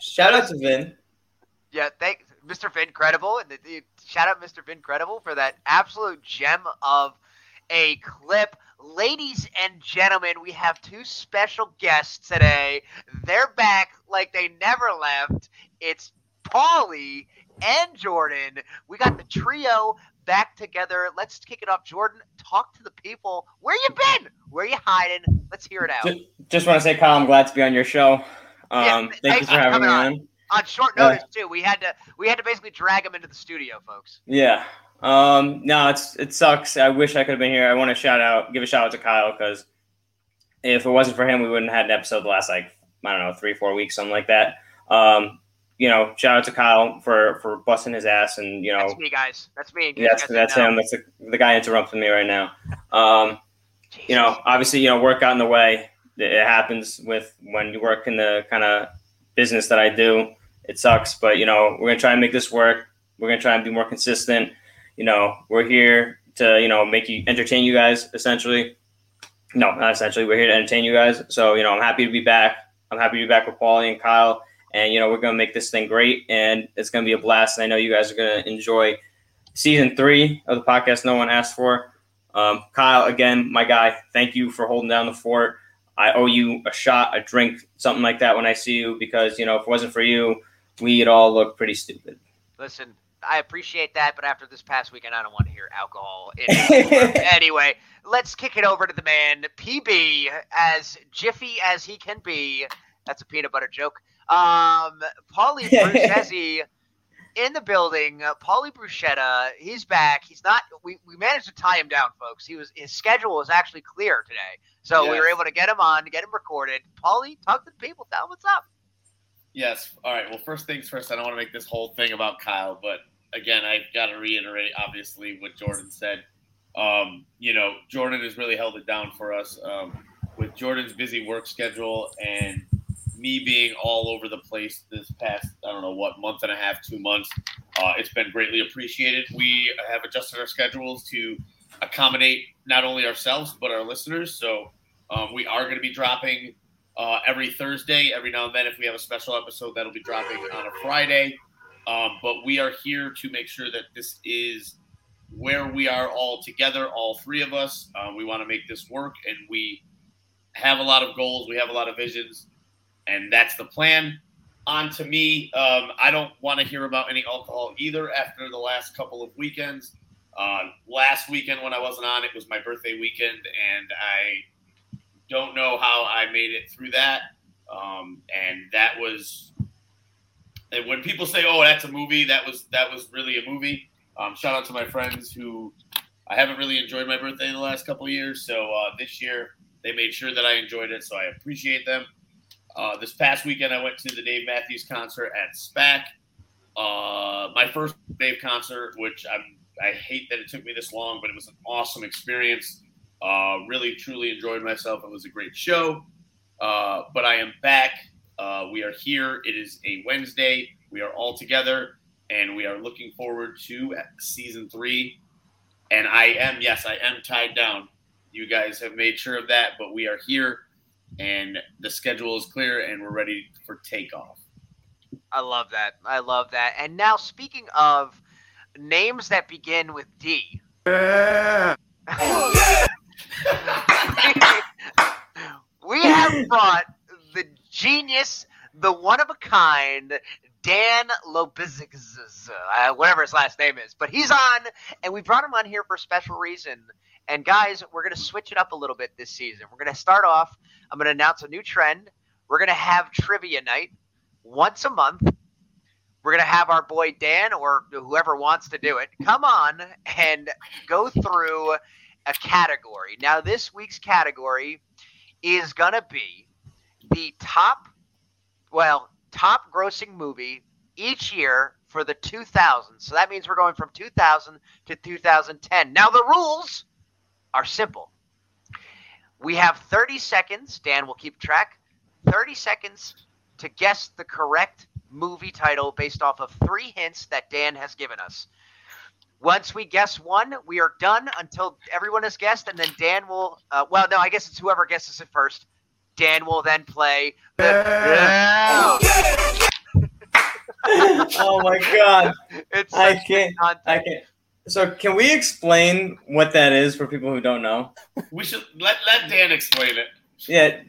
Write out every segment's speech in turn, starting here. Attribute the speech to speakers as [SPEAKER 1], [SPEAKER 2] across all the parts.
[SPEAKER 1] Shout out to Vin.
[SPEAKER 2] Yeah, thanks, Mr. Vin Credible, and the, the- shout out Mr. Vin Credible for that absolute gem of a clip. Ladies and gentlemen, we have two special guests today. They're back like they never left. It's Paulie and Jordan. We got the trio back together. Let's kick it off. Jordan, talk to the people. Where you been? Where you hiding? Let's hear it out.
[SPEAKER 1] Just, just want to say, Kyle, I'm glad to be on your show.
[SPEAKER 2] Yeah,
[SPEAKER 1] Um, thank you
[SPEAKER 2] thanks
[SPEAKER 1] for
[SPEAKER 2] for
[SPEAKER 1] having me
[SPEAKER 2] coming on.
[SPEAKER 1] on.
[SPEAKER 2] On short
[SPEAKER 1] Yeah.
[SPEAKER 2] notice too, we had to we had to basically drag him into the studio, folks.
[SPEAKER 1] Yeah. Um, no, it's it sucks. I wish I could have been here. I want to shout out, give a shout out to Kyle because if it wasn't for him, we wouldn't have had an episode the last like I don't know three four weeks something like that. Um, you know, shout out to Kyle for for busting his ass and you know
[SPEAKER 2] That's me, guys. That's me. You
[SPEAKER 1] that's
[SPEAKER 2] guys
[SPEAKER 1] that's
[SPEAKER 2] know.
[SPEAKER 1] him. That's the, the guy interrupting me right now. Um, you know, obviously, you know, work got in the way. It it happens with when you work in the kind of business that I do. It sucks, but you know, we're gonna try and make this work. We're gonna try and be more consistent. You know, we're here to you know make you entertain you guys essentially. No, not essentially. We're here to entertain you guys. So you know, I'm happy to be back. I'm happy to be back with Paulie and Kyle. And you know, we're gonna make this thing great, and it's gonna be a blast. And I know you guys are gonna enjoy season three of the podcast. No one asked for. Um, Kyle, again, my guy, thank you for holding down the fort. I owe you a shot, a drink, something like that when I see you because, you know, if it wasn't for you, we'd all look pretty stupid.
[SPEAKER 2] Listen, I appreciate that, but after this past weekend, I don't want to hear alcohol. in any form. anyway, let's kick it over to the man, PB, as jiffy as he can be. That's a peanut butter joke. Um, Paulie Bruchesi in the building. Uh, Paulie Bruchetta, he's back. He's not. We, we managed to tie him down, folks. He was his schedule was actually clear today, so we were
[SPEAKER 3] Yes.
[SPEAKER 2] able to get him on, get him recorded. Paulie, talk to the people. Tell them what's up.
[SPEAKER 3] Yes. All right. Well, first things first, I don't want to make this whole thing about Kyle, but again, I've got to reiterate, obviously, what Jordan said. Um, you know, Jordan has really held it down for us um, with Jordan's busy work schedule and me being all over the place this past, I don't know what, month and a half, two months. Uh, it's been greatly appreciated. We have adjusted our schedules to accommodate not only ourselves, but our listeners. So um, we are going to be dropping uh, every Thursday. Every now and then, if we have a special episode, that'll be dropping on a Friday. Um, but we are here to make sure that this is where we are all together, all three of us. Uh, we want to make this work, and we have a lot of goals. We have a lot of visions, and that's the plan. On to me. Um, I don't want to hear about any alcohol either after the last couple of weekends. Uh, last weekend when I wasn't on, it was my birthday weekend, and I don't know how I made it through that. Um, and that was, and when people say, "Oh, that's a movie," that was that was really a movie. Um, shout out to my friends who I haven't really enjoyed my birthday the last couple of years. So uh, this year they made sure that I enjoyed it, so I appreciate them. Uh, this past weekend I went to the Dave Matthews concert at SPAC. Uh, my first Dave concert, which I'm I hate that it took me this long, but it was an awesome experience. Uh, really, truly enjoyed myself. It was a great show. Uh, but I am back. Uh, we are here. It is a Wednesday. We are all together, and we are looking forward to season three. And I am, yes, I am tied down. You guys have made sure of that, but we are here, and the schedule is clear, and we're ready for takeoff.
[SPEAKER 2] I love that. I love that. And now, speaking of names that begin with D, we have brought the genius, the one of a kind, Dan Lobizig, uh, whatever his last name is. But he's on, and we brought him on here for a special reason. And guys, we're going to switch it up a little bit this season. We're going to start off, I'm going to announce a new trend. We're going to have trivia night once a month. We're going to have our boy Dan or whoever wants to do it come on and go through a category. Now, this week's category is going to be the top, well, top grossing movie each year for the 2000s. So that means we're going from 2000 to 2010. Now, the rules are simple. We have 30 seconds, Dan will keep track, 30 seconds to guess the correct movie title based off of three hints that Dan has given us. Once we guess one, we are done until everyone has guessed, and then Dan will. Uh, well, no, I guess it's whoever guesses it first. Dan will then play the.
[SPEAKER 1] oh my god,
[SPEAKER 2] It's
[SPEAKER 1] I
[SPEAKER 2] such
[SPEAKER 1] can't. I
[SPEAKER 2] content.
[SPEAKER 1] can't. So, can we explain what that is for people who don't know?
[SPEAKER 3] We should let let Dan explain it.
[SPEAKER 1] Yeah,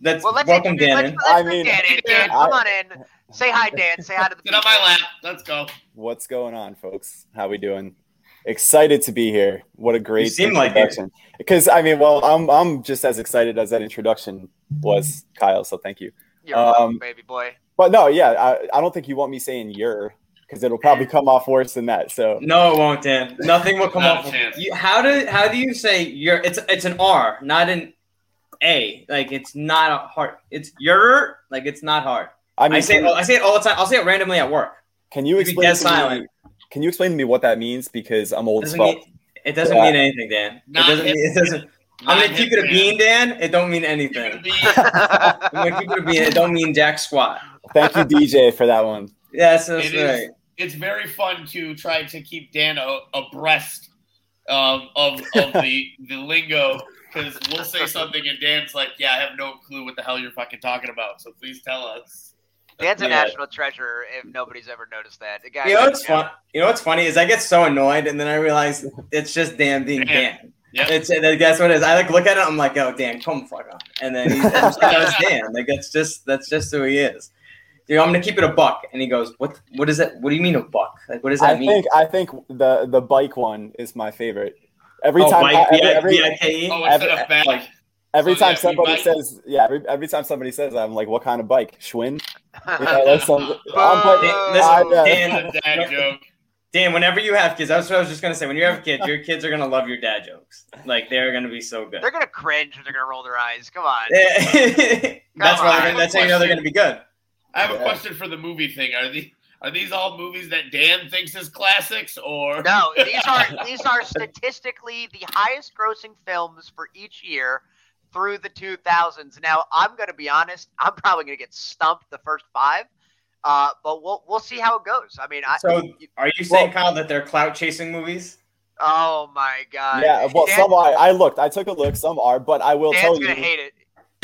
[SPEAKER 1] that's
[SPEAKER 2] Well, let's
[SPEAKER 1] welcome,
[SPEAKER 2] introduce-
[SPEAKER 1] Dan.
[SPEAKER 2] Let's,
[SPEAKER 1] in.
[SPEAKER 2] let's
[SPEAKER 4] I
[SPEAKER 2] bring
[SPEAKER 4] mean,
[SPEAKER 2] Dan in. Dan,
[SPEAKER 4] I-
[SPEAKER 2] come on in. Say hi, Dan. Say hi to the
[SPEAKER 3] Get on my lap. Let's go.
[SPEAKER 4] What's going on, folks? How we doing? Excited to be here. What a great
[SPEAKER 1] You seem like it.
[SPEAKER 4] Because I mean, well, I'm I'm just as excited as that introduction was, Kyle. So thank you.
[SPEAKER 2] You're welcome,
[SPEAKER 4] Um,
[SPEAKER 2] baby boy.
[SPEAKER 4] But no, yeah, I, I don't think you want me saying "your" because it'll probably come off worse than that. So
[SPEAKER 1] No, it won't, Dan. Nothing will come
[SPEAKER 3] Not a
[SPEAKER 1] up.
[SPEAKER 3] chance.
[SPEAKER 1] You, how do how do you say your? It's it's an R, not an A. Like it's not a hard. It's your. Like it's not hard.
[SPEAKER 4] I
[SPEAKER 1] I,
[SPEAKER 4] mean,
[SPEAKER 1] say it, all- I say it all the time. I'll say it randomly at work.
[SPEAKER 4] can you
[SPEAKER 1] you be
[SPEAKER 4] explain?
[SPEAKER 1] dead
[SPEAKER 4] to me-
[SPEAKER 1] silent.
[SPEAKER 4] Can you explain to me what that means? Because I'm old as
[SPEAKER 1] Doesn't
[SPEAKER 4] fuck.
[SPEAKER 1] mean, it doesn't
[SPEAKER 4] Yeah.
[SPEAKER 1] mean anything, Dan. It
[SPEAKER 3] Not
[SPEAKER 1] doesn't.
[SPEAKER 3] hip-
[SPEAKER 1] Mean, it doesn't. I'm gonna
[SPEAKER 3] Not
[SPEAKER 1] keep it a
[SPEAKER 3] him,
[SPEAKER 1] bean, Dan. It don't mean
[SPEAKER 3] Dan. Keep it a
[SPEAKER 1] anything.
[SPEAKER 3] bean.
[SPEAKER 1] I'm gonna keep it a bean. It don't mean jack squat.
[SPEAKER 4] Thank you, DJ, for that one.
[SPEAKER 1] Yes, that's
[SPEAKER 3] It is.
[SPEAKER 1] right.
[SPEAKER 3] It's very fun to try to keep Dan a- abreast um, of of the the lingo because we'll say something and Dan's like, "Yeah, I have no clue what the hell you're fucking talking about." So please tell us.
[SPEAKER 2] Dan's a
[SPEAKER 1] Yeah.
[SPEAKER 2] national treasure. If nobody's ever noticed that, the guy.
[SPEAKER 1] You know what's fun? You know what's funny is I get so annoyed, and then I realize it's just Dan being
[SPEAKER 3] Dan.
[SPEAKER 1] Dan.
[SPEAKER 3] Yep.
[SPEAKER 1] It's uh, that's what it is. I like look at it. I'm like, oh, Dan, come the fuck up. And then he's I'm just like, oh, it's Dan. Like that's just that's just who he is. You know, I'm gonna keep it a buck. And he goes, what What is that? What do you mean a buck? Like what does that
[SPEAKER 4] I
[SPEAKER 1] mean?
[SPEAKER 4] think I think the the bike one is my favorite. Every
[SPEAKER 1] oh,
[SPEAKER 4] time,
[SPEAKER 1] bike,
[SPEAKER 4] I-
[SPEAKER 1] B I- E?
[SPEAKER 4] every, every,
[SPEAKER 1] B-I-K-E?
[SPEAKER 3] Oh, instead
[SPEAKER 4] I've-
[SPEAKER 3] of back,
[SPEAKER 4] like- every
[SPEAKER 3] So,
[SPEAKER 4] time
[SPEAKER 3] yeah, we
[SPEAKER 4] somebody
[SPEAKER 3] bike.
[SPEAKER 4] says, yeah, every, every time somebody says, that, I'm like, what kind of bike? Schwinn.
[SPEAKER 2] Uh-uh.
[SPEAKER 4] You know, that's some- I'm
[SPEAKER 2] Boo.
[SPEAKER 4] like,
[SPEAKER 1] Listen,
[SPEAKER 4] I, uh,
[SPEAKER 1] Dan,
[SPEAKER 3] That's a dad joke.
[SPEAKER 1] Dan, whenever you have kids, that's what I was just gonna say. When you have kids, your kids are gonna love your dad jokes. Like they're gonna be so good.
[SPEAKER 2] They're gonna cringe and they're gonna roll their eyes. Come on.
[SPEAKER 1] that's why. They're gonna, that's how you know they're gonna be good.
[SPEAKER 3] I have a
[SPEAKER 4] Yeah.
[SPEAKER 3] question for the movie thing. Are the are these all movies that Dan thinks is classics or
[SPEAKER 2] No, these are these are statistically the highest grossing films for each year through the 2000s. Now, I'm going to be honest, I'm probably going to get stumped the first 5. Uh, but we'll we'll see how it goes. I mean, I
[SPEAKER 1] So- Are you saying, Kyle, that they're clout chasing movies?
[SPEAKER 2] oh my god.
[SPEAKER 4] yeah, well,
[SPEAKER 2] Dan-
[SPEAKER 4] some are. I looked. I took a look. Some are, but I will
[SPEAKER 2] Dan's
[SPEAKER 4] tell
[SPEAKER 2] gonna
[SPEAKER 4] you.
[SPEAKER 2] hate it.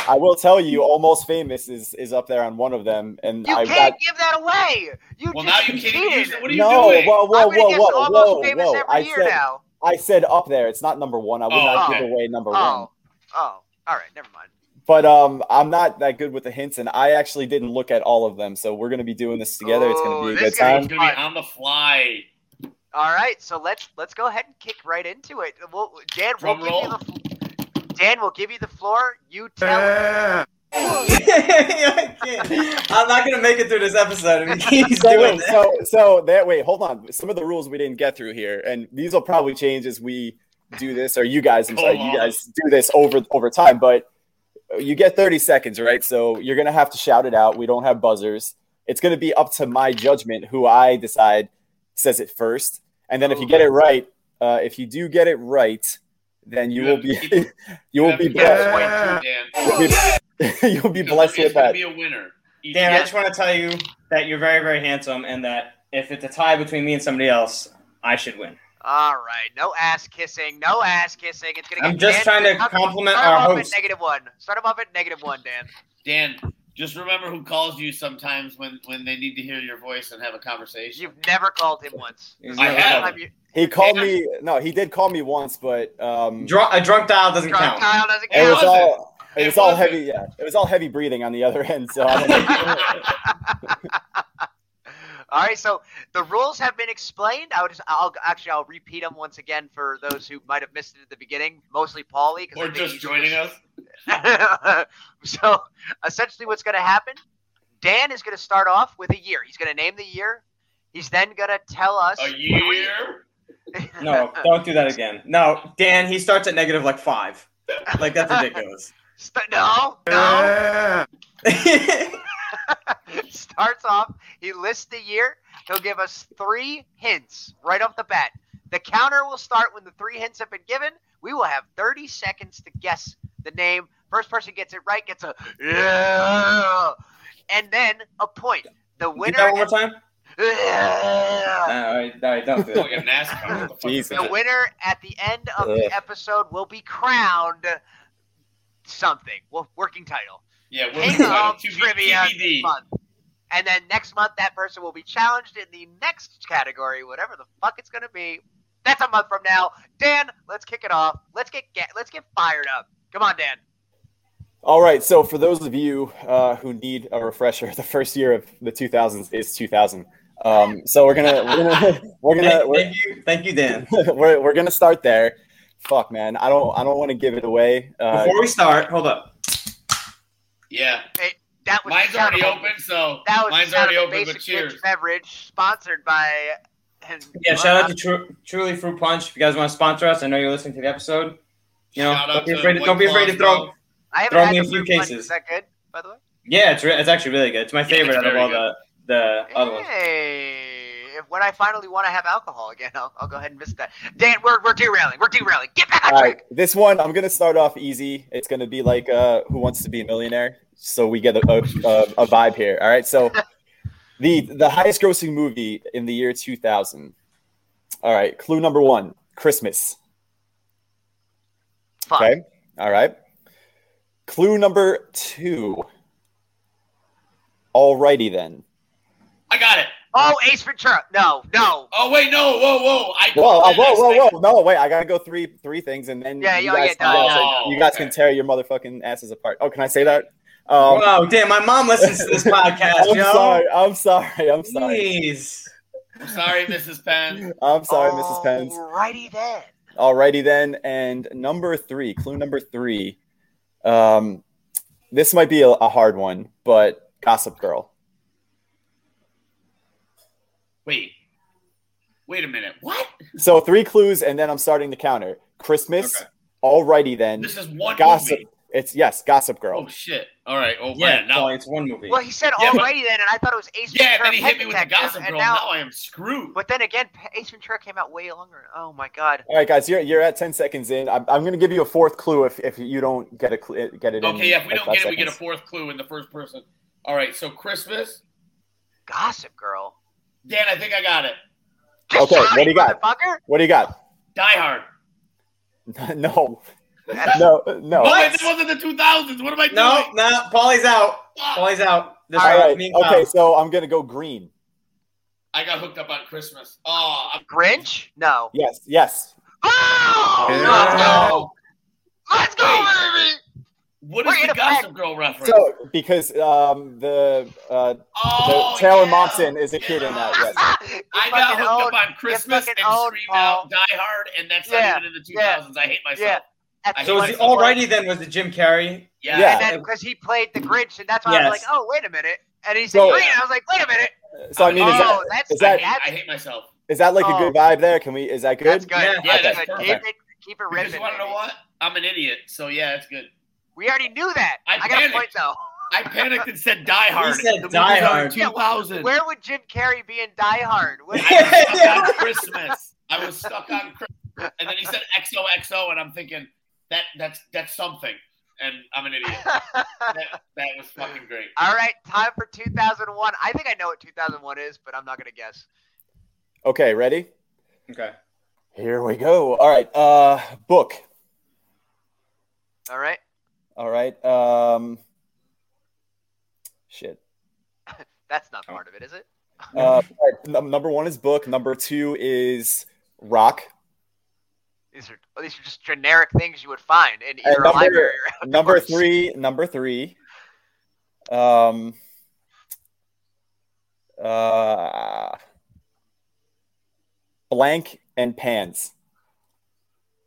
[SPEAKER 4] I will tell you. Almost famous is is up there on one of them, and
[SPEAKER 2] You
[SPEAKER 4] I.
[SPEAKER 2] can't
[SPEAKER 4] I-
[SPEAKER 2] give that away. You
[SPEAKER 3] Well, now
[SPEAKER 2] just
[SPEAKER 3] you can't even
[SPEAKER 2] cheated.
[SPEAKER 3] use it. What are you
[SPEAKER 4] no,
[SPEAKER 3] doing?
[SPEAKER 4] whoa, whoa,
[SPEAKER 2] I'm gonna
[SPEAKER 4] whoa,
[SPEAKER 2] guess
[SPEAKER 4] whoa,
[SPEAKER 2] almost
[SPEAKER 4] whoa,
[SPEAKER 2] famous
[SPEAKER 4] whoa!
[SPEAKER 2] every
[SPEAKER 4] I
[SPEAKER 2] year
[SPEAKER 4] said,
[SPEAKER 2] now.
[SPEAKER 4] I said up there. It's not number one. I would
[SPEAKER 3] Oh,
[SPEAKER 4] not
[SPEAKER 3] okay.
[SPEAKER 4] give away number one.
[SPEAKER 2] Oh. Oh. All right, never mind.
[SPEAKER 4] But um, I'm not that good with the hints, and I actually didn't look at all of them. So we're gonna be doing this together. it's
[SPEAKER 2] Oh,
[SPEAKER 4] gonna be a
[SPEAKER 2] this
[SPEAKER 4] good
[SPEAKER 2] is gonna
[SPEAKER 4] time.
[SPEAKER 3] It's gonna be on the fly.
[SPEAKER 2] All right, so let's let's go ahead and kick right into it. We'll, Dan, we'll
[SPEAKER 3] Drum
[SPEAKER 2] give
[SPEAKER 3] roll.
[SPEAKER 2] you the f- Dan will give you the floor. You tell.
[SPEAKER 1] I can't. I'm not gonna make it through this episode. if he keeps
[SPEAKER 4] so,
[SPEAKER 1] doing
[SPEAKER 4] wait,
[SPEAKER 1] that.
[SPEAKER 4] so so that wait, hold on. Some of the rules we didn't get through here, and these will probably change as we do this, or you guys, I'm sorry,
[SPEAKER 3] Hold
[SPEAKER 4] you
[SPEAKER 3] on.
[SPEAKER 4] guys do this over over time. But you get 30 seconds, right? So you're gonna have to shout it out. We don't have buzzers. It's gonna be up to my judgment who I decide says it first, and then if you get it right, uh, if you do get it right, then you
[SPEAKER 3] You
[SPEAKER 4] will
[SPEAKER 3] have
[SPEAKER 4] be
[SPEAKER 3] to keep-
[SPEAKER 4] you will be
[SPEAKER 3] That's point
[SPEAKER 4] blessed.
[SPEAKER 3] two, Dan.
[SPEAKER 4] You'll be
[SPEAKER 3] Because
[SPEAKER 4] blessed
[SPEAKER 3] there's
[SPEAKER 4] with
[SPEAKER 3] gonna
[SPEAKER 4] that.
[SPEAKER 3] Be a winner. Each
[SPEAKER 1] Dan, I
[SPEAKER 3] year.
[SPEAKER 1] just want to tell you that you're very, very handsome, and that if it's a tie between me and somebody else, I should win.
[SPEAKER 2] All right, no ass kissing, no ass kissing. It's gonna.
[SPEAKER 1] I'm
[SPEAKER 2] get
[SPEAKER 1] just
[SPEAKER 2] Dan-
[SPEAKER 1] trying to
[SPEAKER 2] Start
[SPEAKER 1] compliment
[SPEAKER 2] him
[SPEAKER 1] our
[SPEAKER 2] off
[SPEAKER 1] host.
[SPEAKER 2] At negative one. Start him off at negative one, Dan.
[SPEAKER 3] Dan, just remember who calls you sometimes when when they need to hear your voice and have a conversation.
[SPEAKER 2] You've never called him once.
[SPEAKER 1] He's
[SPEAKER 2] This is
[SPEAKER 3] never
[SPEAKER 2] the
[SPEAKER 3] called
[SPEAKER 2] time you-
[SPEAKER 4] He called me. No, he did call me once, but um,
[SPEAKER 1] Drunk, a drunk dial doesn't
[SPEAKER 2] Drunk
[SPEAKER 1] count.
[SPEAKER 2] Kyle doesn't
[SPEAKER 4] it was
[SPEAKER 2] count.
[SPEAKER 3] wasn't.
[SPEAKER 4] all it
[SPEAKER 3] It
[SPEAKER 4] was all
[SPEAKER 3] wasn't.
[SPEAKER 4] heavy yeah it was all heavy breathing on the other end so I don't
[SPEAKER 2] All right, so the rules have been explained. I would just, I'll actually I'll repeat them once again for those who might have missed it at the beginning, mostly Paulie. 'cause I
[SPEAKER 3] or
[SPEAKER 2] think
[SPEAKER 3] just
[SPEAKER 2] he's-
[SPEAKER 3] joining us.
[SPEAKER 2] so essentially what's going to happen dan is going to start off with a year he's going to name the year he's then going to tell us
[SPEAKER 3] A year.
[SPEAKER 1] No, don't do that again. No, Dan, he starts at negative like five. Like that's ridiculous.
[SPEAKER 2] St- no no
[SPEAKER 1] All
[SPEAKER 2] starts off he lists the year he'll give us three hints right off the bat the counter will start when the three hints have been given we will have 30 seconds to guess the name first person gets it right gets a yeah and then a point the
[SPEAKER 1] Do
[SPEAKER 2] winner
[SPEAKER 1] that one more time.
[SPEAKER 2] Yeah.
[SPEAKER 1] All right, all right, don't do
[SPEAKER 3] Like
[SPEAKER 1] that.
[SPEAKER 3] a NASCAR. What the fuck is
[SPEAKER 4] Jesus.
[SPEAKER 2] the
[SPEAKER 3] that?
[SPEAKER 2] winner at the end of the episode will be crowned something. Well, working title.
[SPEAKER 3] Yeah, we're
[SPEAKER 2] King of
[SPEAKER 3] TBD.
[SPEAKER 2] Trivia Month. And then next month, that person will be challenged in the next category, whatever the fuck it's going to be. That's a month from now. Dan, let's kick it off. Let's get, get let's get fired up. Come on, Dan.
[SPEAKER 4] All right. So, for those of you uh, who need a refresher, the first year of the 2000s is 2000. Um, so we're gonna we're gonna we're gonna
[SPEAKER 1] Thank,
[SPEAKER 4] we're,
[SPEAKER 1] thank you, thank you, Dan.
[SPEAKER 4] we're, we're gonna start there. Fuck, man. I don't I don't want to give it away. Uh,
[SPEAKER 1] Before we start, hold up.
[SPEAKER 3] Yeah,
[SPEAKER 2] That was
[SPEAKER 3] mine's already
[SPEAKER 2] shoutable.
[SPEAKER 3] open, so
[SPEAKER 2] That was
[SPEAKER 3] mine's
[SPEAKER 2] shout
[SPEAKER 3] already
[SPEAKER 2] out to
[SPEAKER 3] open. But
[SPEAKER 2] Basic Bitch
[SPEAKER 3] cheers.
[SPEAKER 2] Beverage, sponsored by. And,
[SPEAKER 1] Yeah, shout out to Tru- Truly Fruit Punch. If you guys want to sponsor us, I know you're listening to the episode. You know,
[SPEAKER 3] Shout out
[SPEAKER 1] don't be
[SPEAKER 3] to
[SPEAKER 1] afraid. To,
[SPEAKER 3] White
[SPEAKER 1] don't be afraid to
[SPEAKER 3] Claws,
[SPEAKER 1] throw.
[SPEAKER 3] bro.
[SPEAKER 2] I haven't
[SPEAKER 1] throw
[SPEAKER 2] had
[SPEAKER 1] me
[SPEAKER 2] the
[SPEAKER 1] a few
[SPEAKER 2] fruit punch.
[SPEAKER 1] cases.
[SPEAKER 2] Is that good, by the way?
[SPEAKER 1] Yeah, it's re- it's actually really good. It's my favorite
[SPEAKER 3] it's
[SPEAKER 1] out of
[SPEAKER 3] very
[SPEAKER 1] all
[SPEAKER 3] good.
[SPEAKER 1] the the other ones.
[SPEAKER 2] Hey, if when I finally want to have alcohol again, I'll, I'll go ahead and miss that. Dan, we're, we're derailing. We're derailing. Get back on
[SPEAKER 4] all
[SPEAKER 2] track.
[SPEAKER 4] right. This one I'm gonna start off easy. It's gonna be like uh, Who Wants to Be a Millionaire? So we get a, a, a, a vibe here. All right. So the the highest grossing movie in the year 2000. All right. Clue number one: Christmas.
[SPEAKER 2] Fuck.
[SPEAKER 4] Okay. All right. Clue number two. Alrighty then.
[SPEAKER 3] I got it.
[SPEAKER 2] Oh, Ace Ventura. No, no.
[SPEAKER 3] Oh wait, no, whoa, whoa. I
[SPEAKER 4] Whoa, uh,
[SPEAKER 3] I-
[SPEAKER 4] whoa,
[SPEAKER 3] I-
[SPEAKER 4] whoa, whoa! No, wait. I gotta go three, three things, and then
[SPEAKER 2] Yeah,
[SPEAKER 4] you
[SPEAKER 2] oh, yeah,
[SPEAKER 4] guys,
[SPEAKER 2] no,
[SPEAKER 4] you guys,
[SPEAKER 3] no, no.
[SPEAKER 4] you guys can
[SPEAKER 3] Okay.
[SPEAKER 4] tear your motherfucking asses apart. Oh, can I say that? Um,
[SPEAKER 1] Wow, damn! My mom listens to this podcast.
[SPEAKER 4] I'm
[SPEAKER 1] yo.
[SPEAKER 4] sorry. I'm sorry. I'm sorry.
[SPEAKER 1] Jeez.
[SPEAKER 3] I'm sorry, Mrs. Penn.
[SPEAKER 4] I'm sorry,
[SPEAKER 3] Oh.
[SPEAKER 4] Mrs. Pence.
[SPEAKER 2] Alrighty then.
[SPEAKER 4] Alrighty then. And number three, clue number three. Um, this might be a, a hard one, but Gossip Girl.
[SPEAKER 3] Wait, wait a minute. What?
[SPEAKER 4] So three clues, and then I'm starting the counter. Christmas.
[SPEAKER 3] Okay.
[SPEAKER 4] Alrighty then.
[SPEAKER 3] This is one
[SPEAKER 4] Gossip.
[SPEAKER 3] movie.
[SPEAKER 4] It's yes, Gossip Girl.
[SPEAKER 3] Oh shit! All right. Oh
[SPEAKER 1] Yeah,
[SPEAKER 3] man,
[SPEAKER 1] no,
[SPEAKER 3] now
[SPEAKER 1] it's one movie.
[SPEAKER 2] Well, he said
[SPEAKER 3] Yeah, but-
[SPEAKER 2] alrighty then, and I thought it was Ace
[SPEAKER 3] yeah.
[SPEAKER 2] Ventura.
[SPEAKER 3] Then he
[SPEAKER 2] Pet
[SPEAKER 3] hit me with the
[SPEAKER 2] Detective,
[SPEAKER 3] gossip
[SPEAKER 2] and
[SPEAKER 3] girl.
[SPEAKER 2] now-
[SPEAKER 3] Now I am screwed.
[SPEAKER 2] But then again, P- Ace Ventura came out way longer. Oh my god.
[SPEAKER 4] All right, guys, you're, you're at 10 seconds in. I'm, I'm going to give you a fourth clue if, if you don't get a cl- get it in.
[SPEAKER 3] Okay, yeah. If we
[SPEAKER 4] like
[SPEAKER 3] don't
[SPEAKER 4] five
[SPEAKER 3] get it, we get a
[SPEAKER 4] seconds.
[SPEAKER 3] fourth clue in the first person. All right. So Christmas,
[SPEAKER 2] Gossip Girl.
[SPEAKER 3] Dan. I think I got it.
[SPEAKER 2] Just
[SPEAKER 4] Okay,
[SPEAKER 2] shout
[SPEAKER 4] what do
[SPEAKER 2] it,
[SPEAKER 4] you got?
[SPEAKER 2] motherfucker.
[SPEAKER 4] What do you got?
[SPEAKER 3] Die Hard.
[SPEAKER 4] no,
[SPEAKER 2] That's-
[SPEAKER 4] no, no.
[SPEAKER 3] Oh,
[SPEAKER 1] What?
[SPEAKER 3] wait, that wasn't the 2000s. What am I doing?
[SPEAKER 1] no, no, Paulie's out.
[SPEAKER 3] Fuck.
[SPEAKER 1] Paulie's out. This
[SPEAKER 4] All
[SPEAKER 1] is
[SPEAKER 4] right.
[SPEAKER 1] me and Kyle.
[SPEAKER 4] Okay, so I'm going to go green.
[SPEAKER 3] I got hooked up on Christmas. Oh, I'm-
[SPEAKER 2] Grinch? No.
[SPEAKER 4] Yes, yes.
[SPEAKER 2] Oh, let's go. Let's go, baby.
[SPEAKER 3] what
[SPEAKER 2] We're
[SPEAKER 3] is
[SPEAKER 2] in
[SPEAKER 3] the
[SPEAKER 2] a pack.
[SPEAKER 3] Gossip Girl reference?
[SPEAKER 4] So because um, the, uh, the
[SPEAKER 3] oh,
[SPEAKER 4] Taylor
[SPEAKER 3] yeah.
[SPEAKER 4] Momsen is a kid in that. Yes.
[SPEAKER 2] You
[SPEAKER 3] I got
[SPEAKER 2] Ah! fucking
[SPEAKER 3] hooked
[SPEAKER 2] own-
[SPEAKER 3] up on Christmas and
[SPEAKER 2] fucking own,
[SPEAKER 3] screamed
[SPEAKER 2] Paul.
[SPEAKER 3] out Die Hard, and that's
[SPEAKER 2] Yeah,
[SPEAKER 3] not even in the 2000s. I hate myself.
[SPEAKER 2] Yeah. That's
[SPEAKER 1] So was
[SPEAKER 2] what
[SPEAKER 1] the
[SPEAKER 2] it was.
[SPEAKER 1] alrighty then was the Jim Carrey?
[SPEAKER 3] Yeah.
[SPEAKER 4] Yeah.
[SPEAKER 2] And then because he played the Grinch, and that's why I was
[SPEAKER 1] Yes.
[SPEAKER 2] like, oh, wait a minute. And he said,
[SPEAKER 4] So-
[SPEAKER 2] Green. I was like, wait a minute.
[SPEAKER 4] So I mean, is that,
[SPEAKER 2] oh, that's,
[SPEAKER 4] is that-
[SPEAKER 3] I,
[SPEAKER 2] that's,
[SPEAKER 3] hate, I hate myself.
[SPEAKER 4] is that like a good
[SPEAKER 2] oh.
[SPEAKER 4] vibe there? Can we? Is that
[SPEAKER 2] that's
[SPEAKER 4] good?
[SPEAKER 2] good.
[SPEAKER 1] Yeah,
[SPEAKER 3] yeah,
[SPEAKER 2] that's
[SPEAKER 3] that's
[SPEAKER 2] good.
[SPEAKER 4] perfect.
[SPEAKER 2] Keep it, keep it
[SPEAKER 3] You just
[SPEAKER 2] ripping.
[SPEAKER 3] want to know
[SPEAKER 2] baby.
[SPEAKER 3] what? I'm an idiot, so yeah, it's good.
[SPEAKER 2] We already knew that.
[SPEAKER 3] I
[SPEAKER 2] I got a
[SPEAKER 3] panicked.
[SPEAKER 2] point, though.
[SPEAKER 3] I panicked and said Die Hard.
[SPEAKER 1] said
[SPEAKER 3] The
[SPEAKER 1] Die
[SPEAKER 3] movie's on
[SPEAKER 1] Hard.
[SPEAKER 3] 2000.
[SPEAKER 2] Where would Jim Carrey be in Die Hard? What-
[SPEAKER 3] I was stuck on Christmas. I was stuck on Christmas, and then he said XOXO, and I'm thinking that that's that's something, and I'm an idiot. That, that was fucking great.
[SPEAKER 2] All right, time for 2001. I think I know what 2001 is, but I'm not going to guess.
[SPEAKER 4] Okay, ready?
[SPEAKER 1] Okay.
[SPEAKER 4] Here we go. All right. Uh, book.
[SPEAKER 2] All right?
[SPEAKER 4] All right. Um, shit.
[SPEAKER 2] That's not part of it, is it?
[SPEAKER 4] Uh, but num- number one is book. Number two is rock.
[SPEAKER 2] These are well, these are just generic things you would find in either a
[SPEAKER 4] number-
[SPEAKER 2] library. Or
[SPEAKER 4] Number
[SPEAKER 2] course.
[SPEAKER 4] three. Number three. Um. Uh, blank and pans.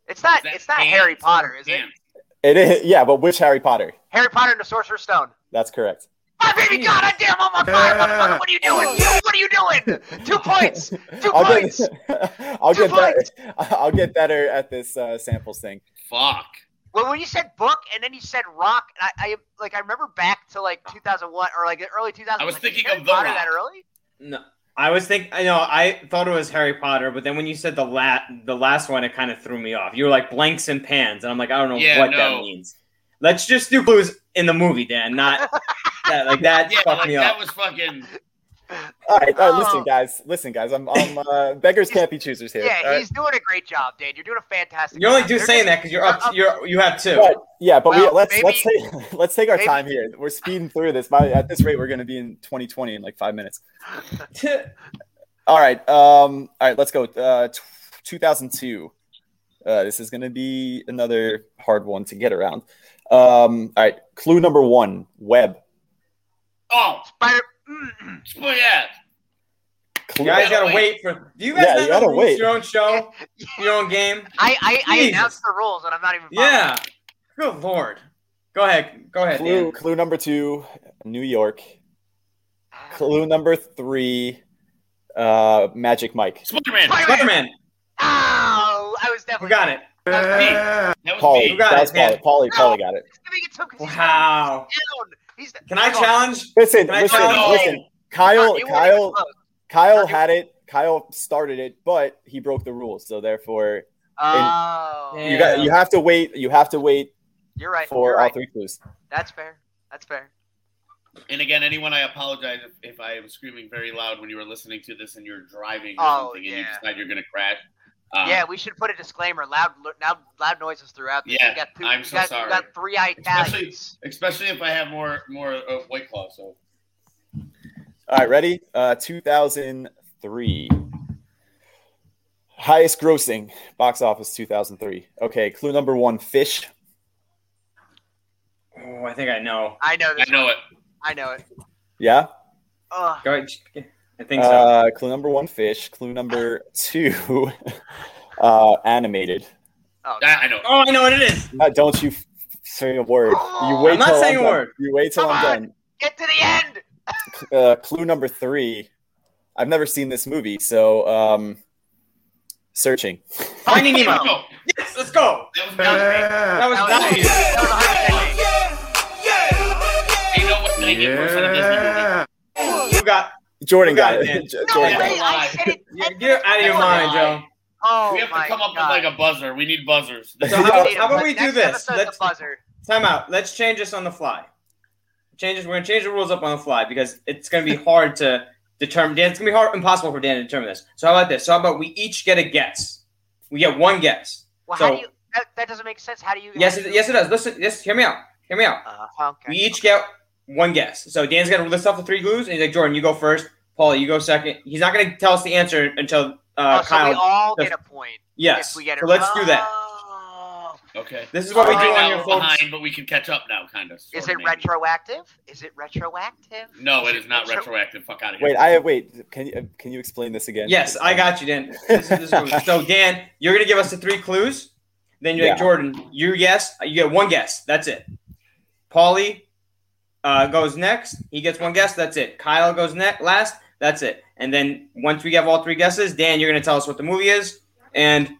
[SPEAKER 2] It's not.
[SPEAKER 3] Is that
[SPEAKER 2] It's not
[SPEAKER 3] Ants
[SPEAKER 2] Harry
[SPEAKER 3] or
[SPEAKER 2] Potter, is it?
[SPEAKER 3] Ants?
[SPEAKER 4] It is yeah, but which Harry Potter?
[SPEAKER 2] Harry Potter and the Sorcerer's Stone.
[SPEAKER 4] That's correct.
[SPEAKER 2] My baby God, I damn on my fire, motherfucker! What are you doing? You, what are you doing? Two points. Two
[SPEAKER 4] I'll
[SPEAKER 2] points.
[SPEAKER 4] get, I'll
[SPEAKER 2] Two
[SPEAKER 4] get better. I'll get better at this uh, samples thing.
[SPEAKER 3] Fuck.
[SPEAKER 2] Well, when you said book and then you said rock, and I, I like I remember back to like 2001 or like the early 2000s.
[SPEAKER 3] Oh. I was
[SPEAKER 2] like,
[SPEAKER 3] thinking
[SPEAKER 2] Harry
[SPEAKER 3] of The
[SPEAKER 2] Potter
[SPEAKER 3] Rock.
[SPEAKER 2] that early.
[SPEAKER 1] No, I was think I know I thought it was Harry Potter, but then when you said the lat the last one, it kind of threw me off. You were like blanks and pans, and I'm like, I don't know
[SPEAKER 3] Yeah,
[SPEAKER 1] what
[SPEAKER 3] no.
[SPEAKER 1] that means. Let's just do clues in the movie, Dan. Not that like that
[SPEAKER 3] Yeah,
[SPEAKER 1] fucked
[SPEAKER 3] like
[SPEAKER 1] me
[SPEAKER 3] that
[SPEAKER 1] up.
[SPEAKER 3] was fucking.
[SPEAKER 4] All right, all right, listen,
[SPEAKER 2] Oh.
[SPEAKER 4] guys. Listen, guys. I'm, I'm uh, beggars can't be choosers here. all
[SPEAKER 2] Yeah,
[SPEAKER 4] right?
[SPEAKER 2] he's doing a great job, Dan. You're doing a fantastic.
[SPEAKER 1] You're only
[SPEAKER 2] job.
[SPEAKER 1] just
[SPEAKER 2] They're
[SPEAKER 1] saying that because you're up. You're you have two.
[SPEAKER 4] But yeah, but
[SPEAKER 2] Well,
[SPEAKER 4] we, let's
[SPEAKER 2] maybe-
[SPEAKER 4] let's take let's take our
[SPEAKER 2] maybe-
[SPEAKER 4] time here. We're speeding through this. By at this rate, we're going to be in 2020 in like five minutes. All right, um, all right. Let's go. Uh, t- 2002. Uh, this is going to be another hard one to get around. Um, all right, clue number one: web.
[SPEAKER 3] Oh,
[SPEAKER 2] Spider. Mm,
[SPEAKER 3] well, yeah.
[SPEAKER 1] You
[SPEAKER 4] Clue,
[SPEAKER 1] guys gotta wait for. Do you guys
[SPEAKER 4] Yeah,
[SPEAKER 1] not know
[SPEAKER 4] you gotta
[SPEAKER 1] the rules to
[SPEAKER 4] wait.
[SPEAKER 1] your own show, your own game?
[SPEAKER 2] I I, I
[SPEAKER 1] Jesus.
[SPEAKER 2] announced the rules, and I'm not even. Following.
[SPEAKER 1] Yeah. Good lord. Go ahead. Go ahead.
[SPEAKER 4] clue,
[SPEAKER 1] Dan.
[SPEAKER 4] clue number two: New York. Clue number three: uh, Magic Mike.
[SPEAKER 3] Spider Man. That
[SPEAKER 2] Spider-Man.
[SPEAKER 1] Spider-Man.
[SPEAKER 2] Oh, I was
[SPEAKER 1] We
[SPEAKER 2] definitely.
[SPEAKER 1] got it.
[SPEAKER 3] was me. That was
[SPEAKER 4] Paulie,
[SPEAKER 1] You
[SPEAKER 3] me.
[SPEAKER 1] got
[SPEAKER 4] that
[SPEAKER 1] it,
[SPEAKER 4] was
[SPEAKER 1] man.
[SPEAKER 4] Paulie. Paulie, Paulie got it.
[SPEAKER 2] He's gonna get so confused.
[SPEAKER 1] Wow.
[SPEAKER 2] Down. He's Oh, the-
[SPEAKER 1] Can I
[SPEAKER 2] Come on.
[SPEAKER 1] challenge?
[SPEAKER 4] Listen,
[SPEAKER 1] Can I
[SPEAKER 4] listen,
[SPEAKER 1] challenge?
[SPEAKER 4] listen.
[SPEAKER 3] No.
[SPEAKER 4] Kyle,
[SPEAKER 2] It wasn't
[SPEAKER 4] Kyle,
[SPEAKER 2] close.
[SPEAKER 4] Kyle
[SPEAKER 2] Okay.
[SPEAKER 4] had it. Kyle started it, but he broke the rules. So therefore,
[SPEAKER 2] Oh,
[SPEAKER 1] Yeah.
[SPEAKER 4] you got you have to wait. You have to wait
[SPEAKER 2] you're right.
[SPEAKER 4] for
[SPEAKER 2] you're
[SPEAKER 4] all
[SPEAKER 2] right.
[SPEAKER 4] three clues.
[SPEAKER 2] That's fair. That's fair.
[SPEAKER 3] And again, anyone, I apologize if, if I am screaming very loud when you were listening to this and you're driving or
[SPEAKER 2] Oh,
[SPEAKER 3] something and you
[SPEAKER 2] yeah.
[SPEAKER 3] decide you're going to crash. Um,
[SPEAKER 2] yeah, we should put a disclaimer. Loud, loud, loud noises throughout. This.
[SPEAKER 3] Yeah,
[SPEAKER 2] we got two,
[SPEAKER 3] I'm
[SPEAKER 2] we
[SPEAKER 3] so
[SPEAKER 2] got,
[SPEAKER 3] sorry.
[SPEAKER 2] We got three Italians.
[SPEAKER 3] Especially if I have more more uh, White Claw. So
[SPEAKER 4] All right, ready? Uh, 2003. Highest grossing box office 2003. Okay, clue number one: fish.
[SPEAKER 1] Oh, I think I know.
[SPEAKER 2] I know
[SPEAKER 3] I
[SPEAKER 2] this.
[SPEAKER 3] know it.
[SPEAKER 2] I know it.
[SPEAKER 4] Yeah.
[SPEAKER 2] Ugh.
[SPEAKER 1] Go ahead. I think so.
[SPEAKER 4] Uh, clue number one: fish. Clue number two: uh, animated.
[SPEAKER 2] Oh,
[SPEAKER 3] I, I know it.
[SPEAKER 1] oh, I know what it is.
[SPEAKER 4] Uh, don't you f- say a word. You wait
[SPEAKER 1] I'm not
[SPEAKER 4] till
[SPEAKER 1] saying a
[SPEAKER 4] done.
[SPEAKER 1] word.
[SPEAKER 4] You wait till
[SPEAKER 2] Come
[SPEAKER 4] I'm
[SPEAKER 2] on.
[SPEAKER 4] done.
[SPEAKER 2] get to the end.
[SPEAKER 4] uh, clue number three. I've never seen this movie, so um, searching.
[SPEAKER 1] Finding Nemo.
[SPEAKER 2] Oh.
[SPEAKER 3] No,
[SPEAKER 1] Yes, let's go.
[SPEAKER 3] that was not
[SPEAKER 1] That was
[SPEAKER 2] That was-
[SPEAKER 1] nice.
[SPEAKER 2] that was 100% me.
[SPEAKER 3] me. You know what? 90% of this movie.
[SPEAKER 1] You got.
[SPEAKER 4] Jordan
[SPEAKER 1] You got
[SPEAKER 4] got
[SPEAKER 1] it,
[SPEAKER 4] it.
[SPEAKER 1] man.
[SPEAKER 4] Jo-
[SPEAKER 2] No
[SPEAKER 4] Jordan got
[SPEAKER 2] way!
[SPEAKER 4] it.
[SPEAKER 2] I said it.
[SPEAKER 1] You're, you're out of your
[SPEAKER 3] That's a
[SPEAKER 1] mind,
[SPEAKER 3] lie.
[SPEAKER 1] Joe.
[SPEAKER 2] Oh
[SPEAKER 3] we have
[SPEAKER 2] my
[SPEAKER 3] to come up
[SPEAKER 2] God.
[SPEAKER 3] with like a buzzer. We need buzzers.
[SPEAKER 1] So how,
[SPEAKER 4] Yeah.
[SPEAKER 1] about- how about we do
[SPEAKER 2] Next
[SPEAKER 1] this?
[SPEAKER 2] episode's a
[SPEAKER 1] Let's
[SPEAKER 2] buzzer.
[SPEAKER 1] time out. Let's change this on the fly. Changes. We're gonna change the rules up on the fly because it's gonna be hard to determine. Dan, it's gonna be hard, impossible for Dan to determine this. So how about this? So how about we each get a guess? We get one guess.
[SPEAKER 2] Well,
[SPEAKER 1] So-
[SPEAKER 2] how do you? That, that doesn't make sense. How do you?
[SPEAKER 1] Yes,
[SPEAKER 2] how do
[SPEAKER 1] it,
[SPEAKER 2] you-
[SPEAKER 1] yes, it does. Listen, yes, hear me out. Hear me out.
[SPEAKER 2] Uh, okay.
[SPEAKER 1] We each get one guess. So Dan's gonna list off the three clues, and he's like, Jordan, you go first. Paul, you go second. He's not gonna tell us the answer until uh,
[SPEAKER 2] oh, so
[SPEAKER 1] Kyle.
[SPEAKER 2] we all
[SPEAKER 1] does-
[SPEAKER 2] get a point
[SPEAKER 1] yes.
[SPEAKER 2] if we get it.
[SPEAKER 1] so let's do that.
[SPEAKER 2] Oh.
[SPEAKER 3] Okay.
[SPEAKER 1] This is what we
[SPEAKER 2] Right
[SPEAKER 1] do
[SPEAKER 3] now
[SPEAKER 1] on
[SPEAKER 3] we're
[SPEAKER 1] your folks.
[SPEAKER 3] behind, but we can catch up now, kind of.
[SPEAKER 2] Is it
[SPEAKER 3] retroactive?
[SPEAKER 2] retroactive? Is it retroactive?
[SPEAKER 3] No, it is not
[SPEAKER 2] Retro-
[SPEAKER 3] retroactive. Fuck out of here.
[SPEAKER 4] Wait, I have wait. Can you can you explain this again?
[SPEAKER 1] Yes, I got you, Dan. This is, this is- so, Dan, you're gonna give us the three clues. Then you're like
[SPEAKER 4] Yeah.
[SPEAKER 1] Jordan, you guess. You get one guess. That's it. Paulie uh, goes next. He gets one guess. That's it. Kyle goes next. Last. That's it. And then once we have all three guesses, Dan, you're gonna tell us what the movie is, and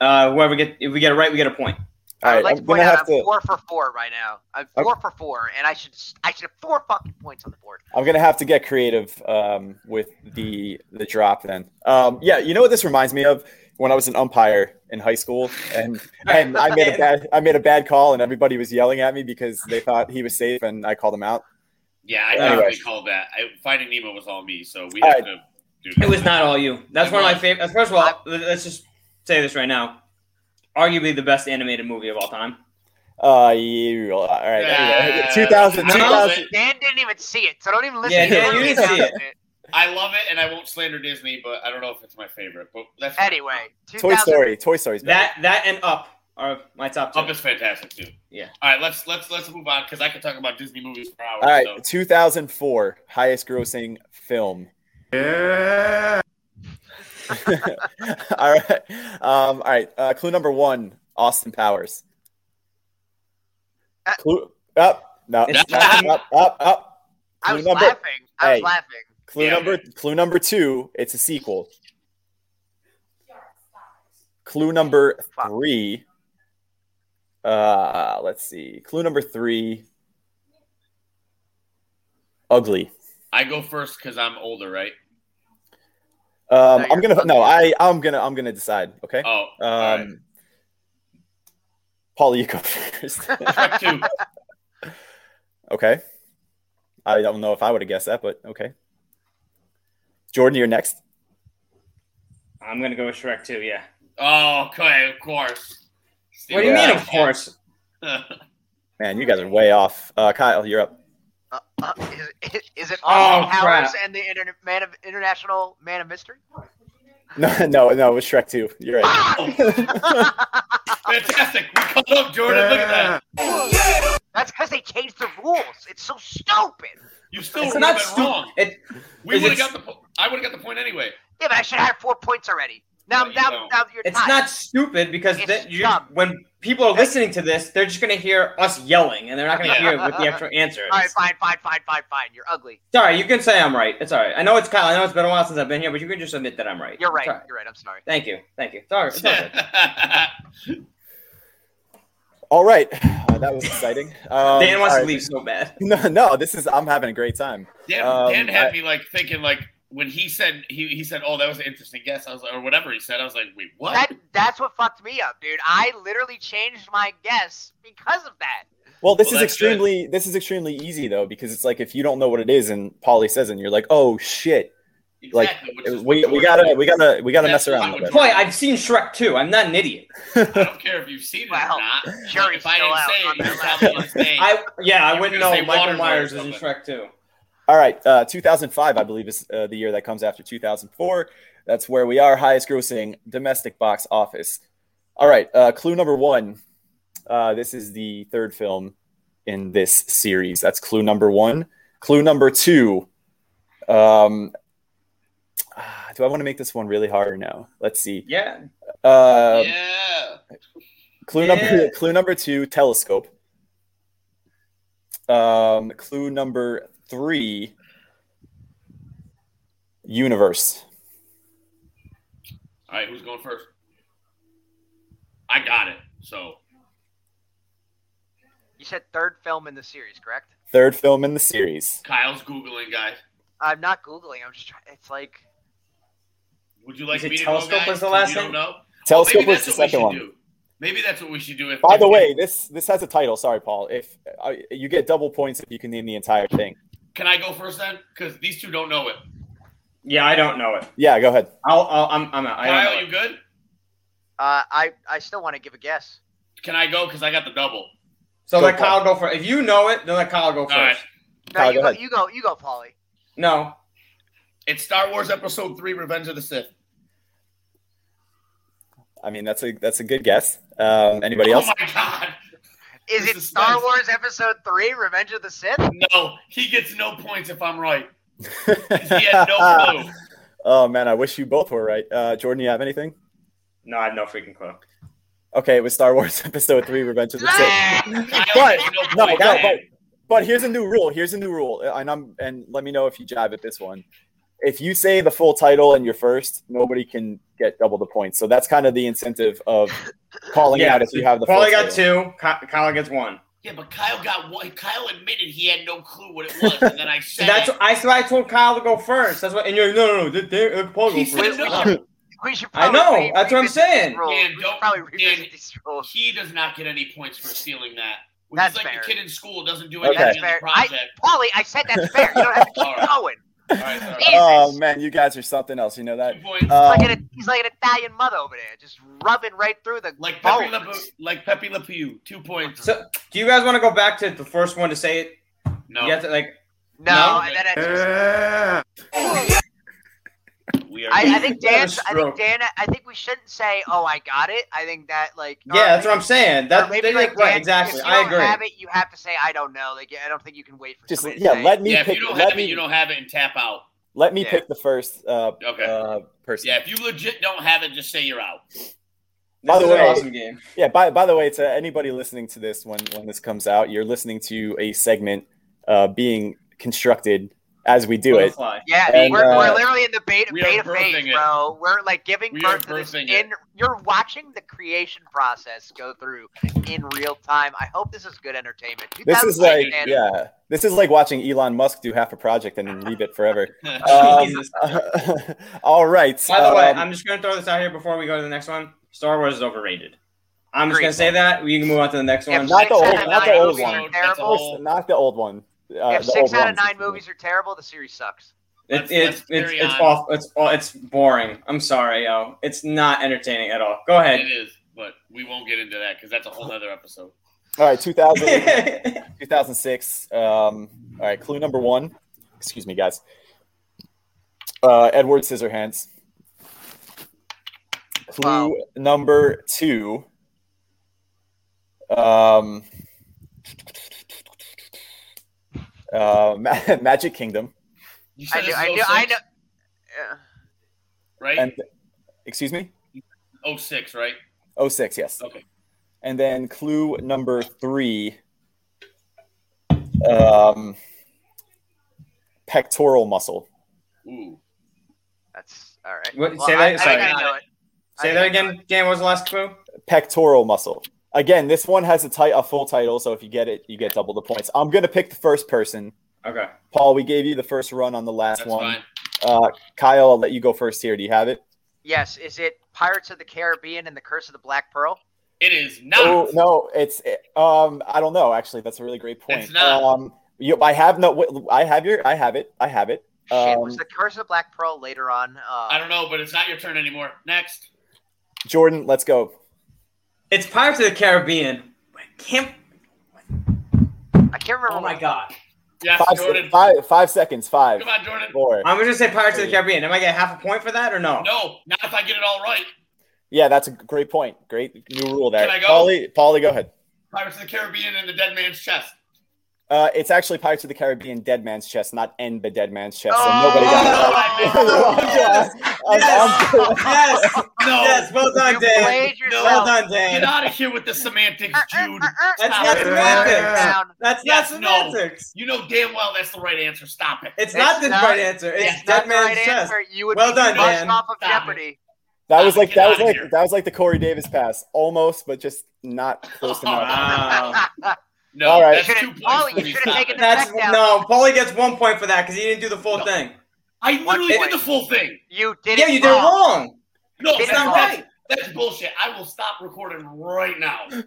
[SPEAKER 1] uh, whoever get if we get it right, we get a point.
[SPEAKER 4] All
[SPEAKER 2] I
[SPEAKER 4] right,
[SPEAKER 2] would like
[SPEAKER 4] I'm
[SPEAKER 2] to
[SPEAKER 4] gonna
[SPEAKER 2] point out
[SPEAKER 4] have
[SPEAKER 2] I'm
[SPEAKER 4] to.
[SPEAKER 2] four for four right now. I'm
[SPEAKER 4] Okay.
[SPEAKER 2] four for four, and I should I should have four fucking points on the board.
[SPEAKER 4] I'm gonna have to get creative um, with the the drop. Then, um, yeah, you know what this reminds me of when I was an umpire in high school, and and I made a bad I made a bad call, and everybody was yelling at me because they thought he was safe, and I called him out.
[SPEAKER 3] Yeah, I
[SPEAKER 1] Yeah.
[SPEAKER 3] definitely called that. I, Finding Nemo was all me, so we
[SPEAKER 4] All
[SPEAKER 3] have
[SPEAKER 4] right.
[SPEAKER 3] to do
[SPEAKER 1] It was not all you. That's
[SPEAKER 3] It
[SPEAKER 1] one of my
[SPEAKER 3] was.
[SPEAKER 1] favorite. First of all, let's just say this right now. Arguably the best animated movie of all time.
[SPEAKER 4] Uh, you, all right. Anyway,
[SPEAKER 3] Yeah.
[SPEAKER 4] 2000,
[SPEAKER 3] I love
[SPEAKER 4] 2000
[SPEAKER 3] it.
[SPEAKER 2] Dan didn't even see it, so don't even listen.
[SPEAKER 1] Yeah,
[SPEAKER 2] to
[SPEAKER 1] Dan,
[SPEAKER 2] him.
[SPEAKER 1] you didn't see it.
[SPEAKER 3] I love it, and I won't slander Disney, but I don't know if it's my favorite. But that's fine.
[SPEAKER 2] Anyway,
[SPEAKER 4] Toy
[SPEAKER 2] 2000
[SPEAKER 4] Story. Toy Story's better.
[SPEAKER 1] That that and Up are my top two.
[SPEAKER 3] Up is fantastic too.
[SPEAKER 1] Yeah.
[SPEAKER 3] All right, let's let's let's move on because I could talk about Disney movies for hours.
[SPEAKER 4] All right,
[SPEAKER 3] So.
[SPEAKER 4] 2004 highest grossing film. Yeah. all right. Um, all right. Uh, clue number one: Austin Powers.
[SPEAKER 2] Uh,
[SPEAKER 4] clue up. No.
[SPEAKER 1] It's
[SPEAKER 4] Up.
[SPEAKER 1] not-
[SPEAKER 4] Up. Up. up.
[SPEAKER 2] I
[SPEAKER 4] Clue
[SPEAKER 2] was
[SPEAKER 4] number.
[SPEAKER 2] laughing. I was
[SPEAKER 4] Hey.
[SPEAKER 2] laughing.
[SPEAKER 4] Clue
[SPEAKER 3] Yeah.
[SPEAKER 4] number. Clue number two. It's a sequel. Clue number
[SPEAKER 2] Fuck.
[SPEAKER 4] three. Uh, let's see. Clue number three. Ugly.
[SPEAKER 3] I go first because I'm older, right?
[SPEAKER 4] Um,
[SPEAKER 2] No,
[SPEAKER 4] I'm
[SPEAKER 2] you're-
[SPEAKER 4] gonna no, I I'm gonna I'm gonna decide. Okay.
[SPEAKER 3] Oh,
[SPEAKER 4] Um,
[SPEAKER 3] all right.
[SPEAKER 4] Paul, you go first.
[SPEAKER 3] Trek two.
[SPEAKER 4] okay. I don't know if I would have guessed that, but okay. Jordan, you're next.
[SPEAKER 1] I'm gonna go with Shrek too. Yeah.
[SPEAKER 3] Oh, okay, of course. Steve
[SPEAKER 1] What do you
[SPEAKER 4] Yeah.
[SPEAKER 1] mean? Of course.
[SPEAKER 3] Jackson.
[SPEAKER 4] Man, you guys are way off. Uh, Kyle, you're up.
[SPEAKER 2] Uh, uh, is, it- is it
[SPEAKER 1] Oh,
[SPEAKER 2] Austin Powers
[SPEAKER 1] crap.
[SPEAKER 2] and the internet man of international man of mystery?
[SPEAKER 4] No, no, no, it was Shrek 2. You're right.
[SPEAKER 3] Fantastic. We caught up, Jordan. Look at that.
[SPEAKER 2] That's because they changed the rules. It's so stupid.
[SPEAKER 3] You still
[SPEAKER 1] It's
[SPEAKER 3] would
[SPEAKER 1] not
[SPEAKER 3] have
[SPEAKER 1] stupid.
[SPEAKER 3] wrong.
[SPEAKER 1] It,
[SPEAKER 3] We
[SPEAKER 1] Is
[SPEAKER 3] would have
[SPEAKER 1] it-
[SPEAKER 3] got the. Po- I would have got the point anyway.
[SPEAKER 2] Yeah, but I should have had four points already. Now,
[SPEAKER 3] No, you
[SPEAKER 2] now,
[SPEAKER 3] don't.
[SPEAKER 2] now you're
[SPEAKER 1] it's
[SPEAKER 2] tied.
[SPEAKER 1] not stupid because
[SPEAKER 2] It's
[SPEAKER 1] that you,
[SPEAKER 2] dumb.
[SPEAKER 1] when people are listening to this, they're just gonna hear us yelling, and they're not gonna
[SPEAKER 3] Yeah.
[SPEAKER 1] hear it with the actual answer.
[SPEAKER 2] All right, fine, fine, fine, fine, fine. You're ugly.
[SPEAKER 1] Sorry, you can say I'm right. It's all right. I know it's Kyle. I know it's been a while since I've been here, but you can just admit that I'm right.
[SPEAKER 2] You're
[SPEAKER 1] It's
[SPEAKER 2] right.
[SPEAKER 1] all right.
[SPEAKER 2] You're right. I'm sorry.
[SPEAKER 1] Thank you. Thank you. Sorry. It's all good.
[SPEAKER 4] All right. Uh, that was exciting. Um,
[SPEAKER 1] Dan wants
[SPEAKER 4] all
[SPEAKER 1] to
[SPEAKER 4] right.
[SPEAKER 1] leave so bad.
[SPEAKER 4] No, no, this is, I'm having a great time.
[SPEAKER 3] Dan,
[SPEAKER 4] Um,
[SPEAKER 3] Dan had
[SPEAKER 4] I-
[SPEAKER 3] me like thinking like when he said he, he said, "Oh, that was an interesting guess." I was like, or whatever he said. I was like, "Wait, what?"
[SPEAKER 2] That that's what fucked me up, dude. I literally changed my guess because of that.
[SPEAKER 4] Well, this
[SPEAKER 3] Well, that's
[SPEAKER 4] is
[SPEAKER 3] good.
[SPEAKER 4] extremely this is extremely easy though because it's like if you don't know what it is and Polly says it, and you're like, oh shit, like,
[SPEAKER 3] which is
[SPEAKER 4] we,
[SPEAKER 3] what
[SPEAKER 4] we
[SPEAKER 3] Jordan
[SPEAKER 4] gotta
[SPEAKER 3] did.
[SPEAKER 4] we gotta we gotta mess
[SPEAKER 3] That's
[SPEAKER 4] around a
[SPEAKER 3] what
[SPEAKER 4] little bit.
[SPEAKER 1] Boy, I've seen Shrek too. I'm not an idiot.
[SPEAKER 3] I don't care if you've seen it
[SPEAKER 2] Well,
[SPEAKER 3] or not.
[SPEAKER 2] jury's
[SPEAKER 3] if I
[SPEAKER 2] still
[SPEAKER 3] didn't
[SPEAKER 2] out
[SPEAKER 3] say
[SPEAKER 2] on
[SPEAKER 3] it,
[SPEAKER 2] that
[SPEAKER 3] you're
[SPEAKER 2] last
[SPEAKER 3] probably
[SPEAKER 2] one.
[SPEAKER 3] insane.
[SPEAKER 1] I yeah,
[SPEAKER 3] You
[SPEAKER 1] I
[SPEAKER 3] were
[SPEAKER 1] wouldn't
[SPEAKER 3] gonna
[SPEAKER 1] know.
[SPEAKER 3] say
[SPEAKER 1] Michael
[SPEAKER 3] Waterboy or
[SPEAKER 1] Myers is in
[SPEAKER 3] something.
[SPEAKER 1] Shrek too.
[SPEAKER 4] All right, uh, 2005 I believe is uh, the year that comes after 2004. That's where we are highest grossing domestic box office. All right, uh, clue number one. Uh, this is the third film in this series. That's clue number one. Clue number two. Um, ah, do I want to make this one really hard or no? Let's see.
[SPEAKER 1] Yeah.
[SPEAKER 4] Uh,
[SPEAKER 3] yeah.
[SPEAKER 4] Clue
[SPEAKER 1] Yeah.
[SPEAKER 4] number clue number two, telescope. Um, clue number three, universe.
[SPEAKER 3] All right, who's going first? I got it. So
[SPEAKER 2] You said third film in the series, correct?
[SPEAKER 4] Third film in the series.
[SPEAKER 3] Kyle's googling, guys.
[SPEAKER 2] I'm not googling. I'm just trying. It's like
[SPEAKER 3] Would you like
[SPEAKER 1] Is it
[SPEAKER 3] me to
[SPEAKER 1] telescope
[SPEAKER 3] go, guys?
[SPEAKER 1] was the
[SPEAKER 3] You
[SPEAKER 1] last
[SPEAKER 3] don't
[SPEAKER 1] thing?
[SPEAKER 3] know?
[SPEAKER 4] Telescope
[SPEAKER 3] Maybe
[SPEAKER 4] was
[SPEAKER 3] that's
[SPEAKER 4] the
[SPEAKER 3] what we
[SPEAKER 4] second
[SPEAKER 3] should
[SPEAKER 4] one.
[SPEAKER 3] Do. Maybe that's what we should do. If,
[SPEAKER 4] By
[SPEAKER 3] if-
[SPEAKER 4] the way, this this has a title. Sorry, Paul. If uh, you get double points if you can name the entire thing.
[SPEAKER 3] can I go first then? Because these two don't know it.
[SPEAKER 1] Yeah, I don't know it.
[SPEAKER 4] Yeah, go ahead.
[SPEAKER 1] I'll, I'll I'm I'm out. I don't
[SPEAKER 3] Kyle,
[SPEAKER 1] know
[SPEAKER 3] you
[SPEAKER 1] it.
[SPEAKER 3] good?
[SPEAKER 2] uh, I I still want to give a guess.
[SPEAKER 3] Can I go? Because I got the double.
[SPEAKER 1] So
[SPEAKER 4] Go
[SPEAKER 1] let
[SPEAKER 4] for it.
[SPEAKER 1] Kyle go first. If you know it, then let Kyle go first.
[SPEAKER 3] right.
[SPEAKER 2] No,
[SPEAKER 4] Kyle,
[SPEAKER 2] you
[SPEAKER 4] go
[SPEAKER 2] go,
[SPEAKER 4] ahead.
[SPEAKER 2] you go, you go, Polly.
[SPEAKER 1] No.
[SPEAKER 3] It's Star Wars Episode Three: Revenge of the Sith.
[SPEAKER 4] I mean, that's a that's a good guess. Um, anybody else?
[SPEAKER 3] Oh my God!
[SPEAKER 2] Is
[SPEAKER 3] This
[SPEAKER 2] it
[SPEAKER 3] is
[SPEAKER 2] Star
[SPEAKER 3] nice.
[SPEAKER 2] Wars Episode Three: Revenge of the Sith?
[SPEAKER 3] No, he gets no points if I'm right. He had no clue.
[SPEAKER 4] oh man, I wish you both were right. Uh, Jordan, you have anything?
[SPEAKER 1] No, I have no freaking clue.
[SPEAKER 4] Okay, it was Star Wars Episode Three: Revenge of the Sith.
[SPEAKER 3] Kyle
[SPEAKER 4] But-
[SPEAKER 3] gets
[SPEAKER 4] no,
[SPEAKER 3] points,
[SPEAKER 4] no,
[SPEAKER 3] man.
[SPEAKER 4] but, but here's a new rule. Here's a new rule, Uh, and I'm and let me know if you jive at this one. If you say the full title and you're first, nobody can get double the points. So that's kind of the incentive of calling
[SPEAKER 1] yeah,
[SPEAKER 4] out if you have the full
[SPEAKER 1] Paulie got
[SPEAKER 4] title.
[SPEAKER 1] two. Ky- Kyle gets one.
[SPEAKER 3] Yeah, but Kyle got one. Kyle admitted he had no clue what it was, and then I
[SPEAKER 1] So
[SPEAKER 3] said
[SPEAKER 1] that's
[SPEAKER 3] it.
[SPEAKER 1] I so I told Kyle to go first. That's what. And you're no no no. Did they, uh, Paul go
[SPEAKER 3] He said
[SPEAKER 1] first.
[SPEAKER 3] no.
[SPEAKER 2] We should.
[SPEAKER 1] I
[SPEAKER 2] Probably
[SPEAKER 1] know, that's what I'm
[SPEAKER 2] revisit
[SPEAKER 1] saying.
[SPEAKER 2] these rules.
[SPEAKER 3] Dan,
[SPEAKER 2] we should
[SPEAKER 3] don't-
[SPEAKER 2] probably revisit
[SPEAKER 3] Dan,
[SPEAKER 2] these rules.
[SPEAKER 3] He does not get any points for stealing that. Which
[SPEAKER 2] That's
[SPEAKER 3] is like
[SPEAKER 2] fair.
[SPEAKER 3] the kid in school doesn't do
[SPEAKER 4] Okay.
[SPEAKER 3] anything
[SPEAKER 2] That's
[SPEAKER 3] on
[SPEAKER 2] fair.
[SPEAKER 3] the project.
[SPEAKER 2] Polly, I said that's fair. You don't have to
[SPEAKER 3] All
[SPEAKER 2] keep
[SPEAKER 3] right.
[SPEAKER 2] going.
[SPEAKER 3] All right, sorry.
[SPEAKER 2] Jesus.
[SPEAKER 4] Oh man, you guys are something else. You know that.
[SPEAKER 3] Two points.
[SPEAKER 4] Uh,
[SPEAKER 2] He's like,
[SPEAKER 4] Um,
[SPEAKER 2] an, he's like an Italian mother over there, just rubbing right through the
[SPEAKER 3] like Pepe
[SPEAKER 2] bones.
[SPEAKER 3] Le Pew, like Pepe Le Pew, two points.
[SPEAKER 1] So do you guys want to go back to the first one to say it?
[SPEAKER 3] no,
[SPEAKER 1] You have
[SPEAKER 4] uh,
[SPEAKER 1] to like.
[SPEAKER 2] No,
[SPEAKER 1] No?
[SPEAKER 2] and then I,
[SPEAKER 3] we are.
[SPEAKER 2] I, I think
[SPEAKER 1] That
[SPEAKER 2] Dan,
[SPEAKER 1] was
[SPEAKER 2] I think
[SPEAKER 1] stroke.
[SPEAKER 2] Dan, I think we shouldn't say, "Oh, I got it." I think that like or-
[SPEAKER 1] Yeah, that's what I'm saying.
[SPEAKER 2] or
[SPEAKER 1] That,
[SPEAKER 2] maybe
[SPEAKER 1] maybe
[SPEAKER 2] like Dan,
[SPEAKER 1] right, exactly.
[SPEAKER 2] If you
[SPEAKER 1] I
[SPEAKER 2] don't
[SPEAKER 1] agree.
[SPEAKER 2] have it, you have to say, "I don't know." Like I don't think you can wait for
[SPEAKER 4] Just
[SPEAKER 2] somebody to
[SPEAKER 4] yeah,
[SPEAKER 2] say-
[SPEAKER 4] let me
[SPEAKER 3] yeah, if
[SPEAKER 4] pick.
[SPEAKER 3] you don't
[SPEAKER 4] Let
[SPEAKER 3] have
[SPEAKER 4] me
[SPEAKER 3] it, you don't have it, and tap out.
[SPEAKER 4] let me
[SPEAKER 2] Yeah.
[SPEAKER 4] pick the first uh,
[SPEAKER 3] Okay.
[SPEAKER 4] uh, person.
[SPEAKER 3] Yeah, if you legit don't have it, just say you're out.
[SPEAKER 1] This
[SPEAKER 4] By the
[SPEAKER 1] is an
[SPEAKER 4] way-
[SPEAKER 1] awesome game.
[SPEAKER 4] Yeah. By by the way, to anybody listening to this when when this comes out, you're listening to a segment uh, being constructed as we do
[SPEAKER 1] On the
[SPEAKER 4] it.
[SPEAKER 1] fly.
[SPEAKER 2] Yeah,
[SPEAKER 4] And,
[SPEAKER 2] we're,
[SPEAKER 4] uh,
[SPEAKER 2] we're literally in the beta,
[SPEAKER 3] we are
[SPEAKER 2] beta
[SPEAKER 3] birthing
[SPEAKER 2] phase,
[SPEAKER 3] it.
[SPEAKER 2] bro. We're like giving
[SPEAKER 3] We are
[SPEAKER 2] birth to this
[SPEAKER 3] birthing
[SPEAKER 2] in.
[SPEAKER 3] it.
[SPEAKER 2] You're watching the creation process go through in real time. I hope this is good entertainment.
[SPEAKER 4] This is
[SPEAKER 2] 2008,
[SPEAKER 4] like
[SPEAKER 2] man.
[SPEAKER 4] yeah. This is like watching Elon Musk do half a project and then leave it forever. Um,
[SPEAKER 1] Jesus.
[SPEAKER 4] all right.
[SPEAKER 1] By the way,
[SPEAKER 4] um,
[SPEAKER 1] I'm just gonna throw this out here before we go to the next one. Star Wars is overrated. I'm just
[SPEAKER 2] Agreed.
[SPEAKER 1] gonna say that. We can move on to the next
[SPEAKER 2] If
[SPEAKER 1] one.
[SPEAKER 4] not
[SPEAKER 2] six
[SPEAKER 4] the old-
[SPEAKER 2] out of
[SPEAKER 4] not the
[SPEAKER 2] nine
[SPEAKER 4] old
[SPEAKER 2] movies
[SPEAKER 4] one.
[SPEAKER 2] are
[SPEAKER 3] That's
[SPEAKER 2] terrible,
[SPEAKER 3] old.
[SPEAKER 4] not the old one. Uh,
[SPEAKER 2] if
[SPEAKER 4] the
[SPEAKER 2] six
[SPEAKER 4] old
[SPEAKER 2] out of
[SPEAKER 4] ones.
[SPEAKER 2] nine movies are terrible, the series sucks.
[SPEAKER 1] It,
[SPEAKER 3] Let's-
[SPEAKER 1] it's
[SPEAKER 3] let's
[SPEAKER 1] it's
[SPEAKER 3] carry
[SPEAKER 1] it's
[SPEAKER 3] on.
[SPEAKER 1] off. It's aw- it's boring. I'm sorry, yo. It's not entertaining at all. Go
[SPEAKER 3] It
[SPEAKER 1] ahead.
[SPEAKER 3] is, but we won't get into that because that's a whole other episode.
[SPEAKER 4] All right, 2000, 2006. Um, all right, clue number one. Excuse me, guys. Uh, Edward Scissorhands. Clue
[SPEAKER 2] Wow.
[SPEAKER 4] number two. Um, uh, Ma- Magic Kingdom.
[SPEAKER 3] You
[SPEAKER 2] I
[SPEAKER 3] said
[SPEAKER 2] knew,
[SPEAKER 3] it's
[SPEAKER 2] I knew, I
[SPEAKER 3] 06,
[SPEAKER 2] knew. Yeah.
[SPEAKER 3] right?
[SPEAKER 4] And excuse me,
[SPEAKER 3] 06, right?
[SPEAKER 4] 06, yes.
[SPEAKER 3] Okay.
[SPEAKER 4] And then clue number three. Um, pectoral muscle.
[SPEAKER 3] Ooh.
[SPEAKER 2] That's all right.
[SPEAKER 1] What- say that-
[SPEAKER 2] I, I
[SPEAKER 1] sorry.
[SPEAKER 2] think I know it.
[SPEAKER 1] Say
[SPEAKER 2] I
[SPEAKER 1] that
[SPEAKER 2] think I know
[SPEAKER 1] again. Dan, what was the last clue?
[SPEAKER 4] pectoral muscle. Again, this one has a, ti- a full title, so if you get it, you get double the points. I'm gonna pick the first person.
[SPEAKER 1] Okay.
[SPEAKER 4] Paul, we gave you the first run on the last
[SPEAKER 3] That's
[SPEAKER 4] one.
[SPEAKER 3] fine.
[SPEAKER 4] Uh, Kyle, I'll let you go first here. Do you have it?
[SPEAKER 2] it. Yes, is it Pirates of the Caribbean and the Curse of the Black Pearl?
[SPEAKER 3] It is not.
[SPEAKER 4] Oh no, it's um, I don't know. Actually, that's a really great point.
[SPEAKER 3] It's not.
[SPEAKER 4] Um, you, I have no. wait, I have your. I have it. I have it.
[SPEAKER 2] Shit,
[SPEAKER 4] Um,
[SPEAKER 2] was the Curse of the Black Pearl later on? Uh,
[SPEAKER 3] I don't know, but it's not your turn anymore. Next.
[SPEAKER 4] Jordan, let's go.
[SPEAKER 1] It's Pirates of the Caribbean. I can't.
[SPEAKER 2] I can't remember.
[SPEAKER 1] Oh my
[SPEAKER 2] what-
[SPEAKER 1] god.
[SPEAKER 3] Yes,
[SPEAKER 4] Five,
[SPEAKER 3] Jordan.
[SPEAKER 4] se- five, five seconds. Five,
[SPEAKER 3] Come on, Jordan.
[SPEAKER 4] four.
[SPEAKER 1] I'm gonna say Pirates of the Caribbean. Am I getting half a point for that or no?
[SPEAKER 3] No, not if I get it all right.
[SPEAKER 4] Yeah, that's a great point. Great new rule there.
[SPEAKER 3] Can I go?
[SPEAKER 4] Paulie, Paulie, go ahead.
[SPEAKER 3] Pirates of the Caribbean and the Dead Man's Chest.
[SPEAKER 4] Uh, it's actually Pirates of the Caribbean Dead Man's Chest, not End the Dead Man's Chest. So
[SPEAKER 2] Oh!
[SPEAKER 4] nobody got it.
[SPEAKER 1] Yes!
[SPEAKER 4] I'm-
[SPEAKER 1] Yes!
[SPEAKER 4] I'm-
[SPEAKER 1] Yes!
[SPEAKER 3] No.
[SPEAKER 1] Yes! Well
[SPEAKER 2] You
[SPEAKER 1] done, Dan.
[SPEAKER 2] played
[SPEAKER 1] Well
[SPEAKER 2] yourself.
[SPEAKER 1] done,
[SPEAKER 3] Get
[SPEAKER 1] Dan.
[SPEAKER 3] out of here with the semantics,
[SPEAKER 2] Uh, uh,
[SPEAKER 3] Jude.
[SPEAKER 2] uh, uh,
[SPEAKER 1] That's
[SPEAKER 2] uh,
[SPEAKER 1] not
[SPEAKER 2] uh,
[SPEAKER 1] semantics.
[SPEAKER 2] down.
[SPEAKER 1] That's not
[SPEAKER 3] Yes, no.
[SPEAKER 1] semantics.
[SPEAKER 3] You know damn well that's the right answer. Stop it.
[SPEAKER 1] It's not the
[SPEAKER 2] not-
[SPEAKER 1] right answer. It's
[SPEAKER 3] it's
[SPEAKER 1] Dead
[SPEAKER 2] That's the right
[SPEAKER 1] Man's Chest.
[SPEAKER 2] answer. You would
[SPEAKER 1] Well
[SPEAKER 2] be
[SPEAKER 1] done,
[SPEAKER 2] brushed
[SPEAKER 1] Dan.
[SPEAKER 2] off of
[SPEAKER 3] Stop
[SPEAKER 2] Jeopardy.
[SPEAKER 4] That was like
[SPEAKER 3] Get
[SPEAKER 4] that was
[SPEAKER 3] outta
[SPEAKER 4] like
[SPEAKER 3] here.
[SPEAKER 4] that was like the Corey Davis pass, almost, but just not close enough.
[SPEAKER 1] Wow.
[SPEAKER 3] No,
[SPEAKER 4] All right.
[SPEAKER 3] that's
[SPEAKER 2] You
[SPEAKER 3] two
[SPEAKER 2] should've-
[SPEAKER 3] points.
[SPEAKER 2] Paul,
[SPEAKER 3] for
[SPEAKER 2] you
[SPEAKER 3] me.
[SPEAKER 2] should've
[SPEAKER 3] Stop
[SPEAKER 2] taken
[SPEAKER 3] it.
[SPEAKER 2] the-
[SPEAKER 1] That's
[SPEAKER 2] Back down.
[SPEAKER 1] no. Paulie gets one point for that because he didn't do the full
[SPEAKER 3] No.
[SPEAKER 1] thing.
[SPEAKER 3] I literally
[SPEAKER 2] One
[SPEAKER 3] did the full thing.
[SPEAKER 2] You did
[SPEAKER 1] yeah,
[SPEAKER 2] it
[SPEAKER 1] you did it
[SPEAKER 2] wrong.
[SPEAKER 1] wrong.
[SPEAKER 3] No,
[SPEAKER 2] Did
[SPEAKER 1] It's
[SPEAKER 2] it
[SPEAKER 3] that's,
[SPEAKER 1] not right.
[SPEAKER 3] that's bullshit. I will stop recording right now.
[SPEAKER 1] It's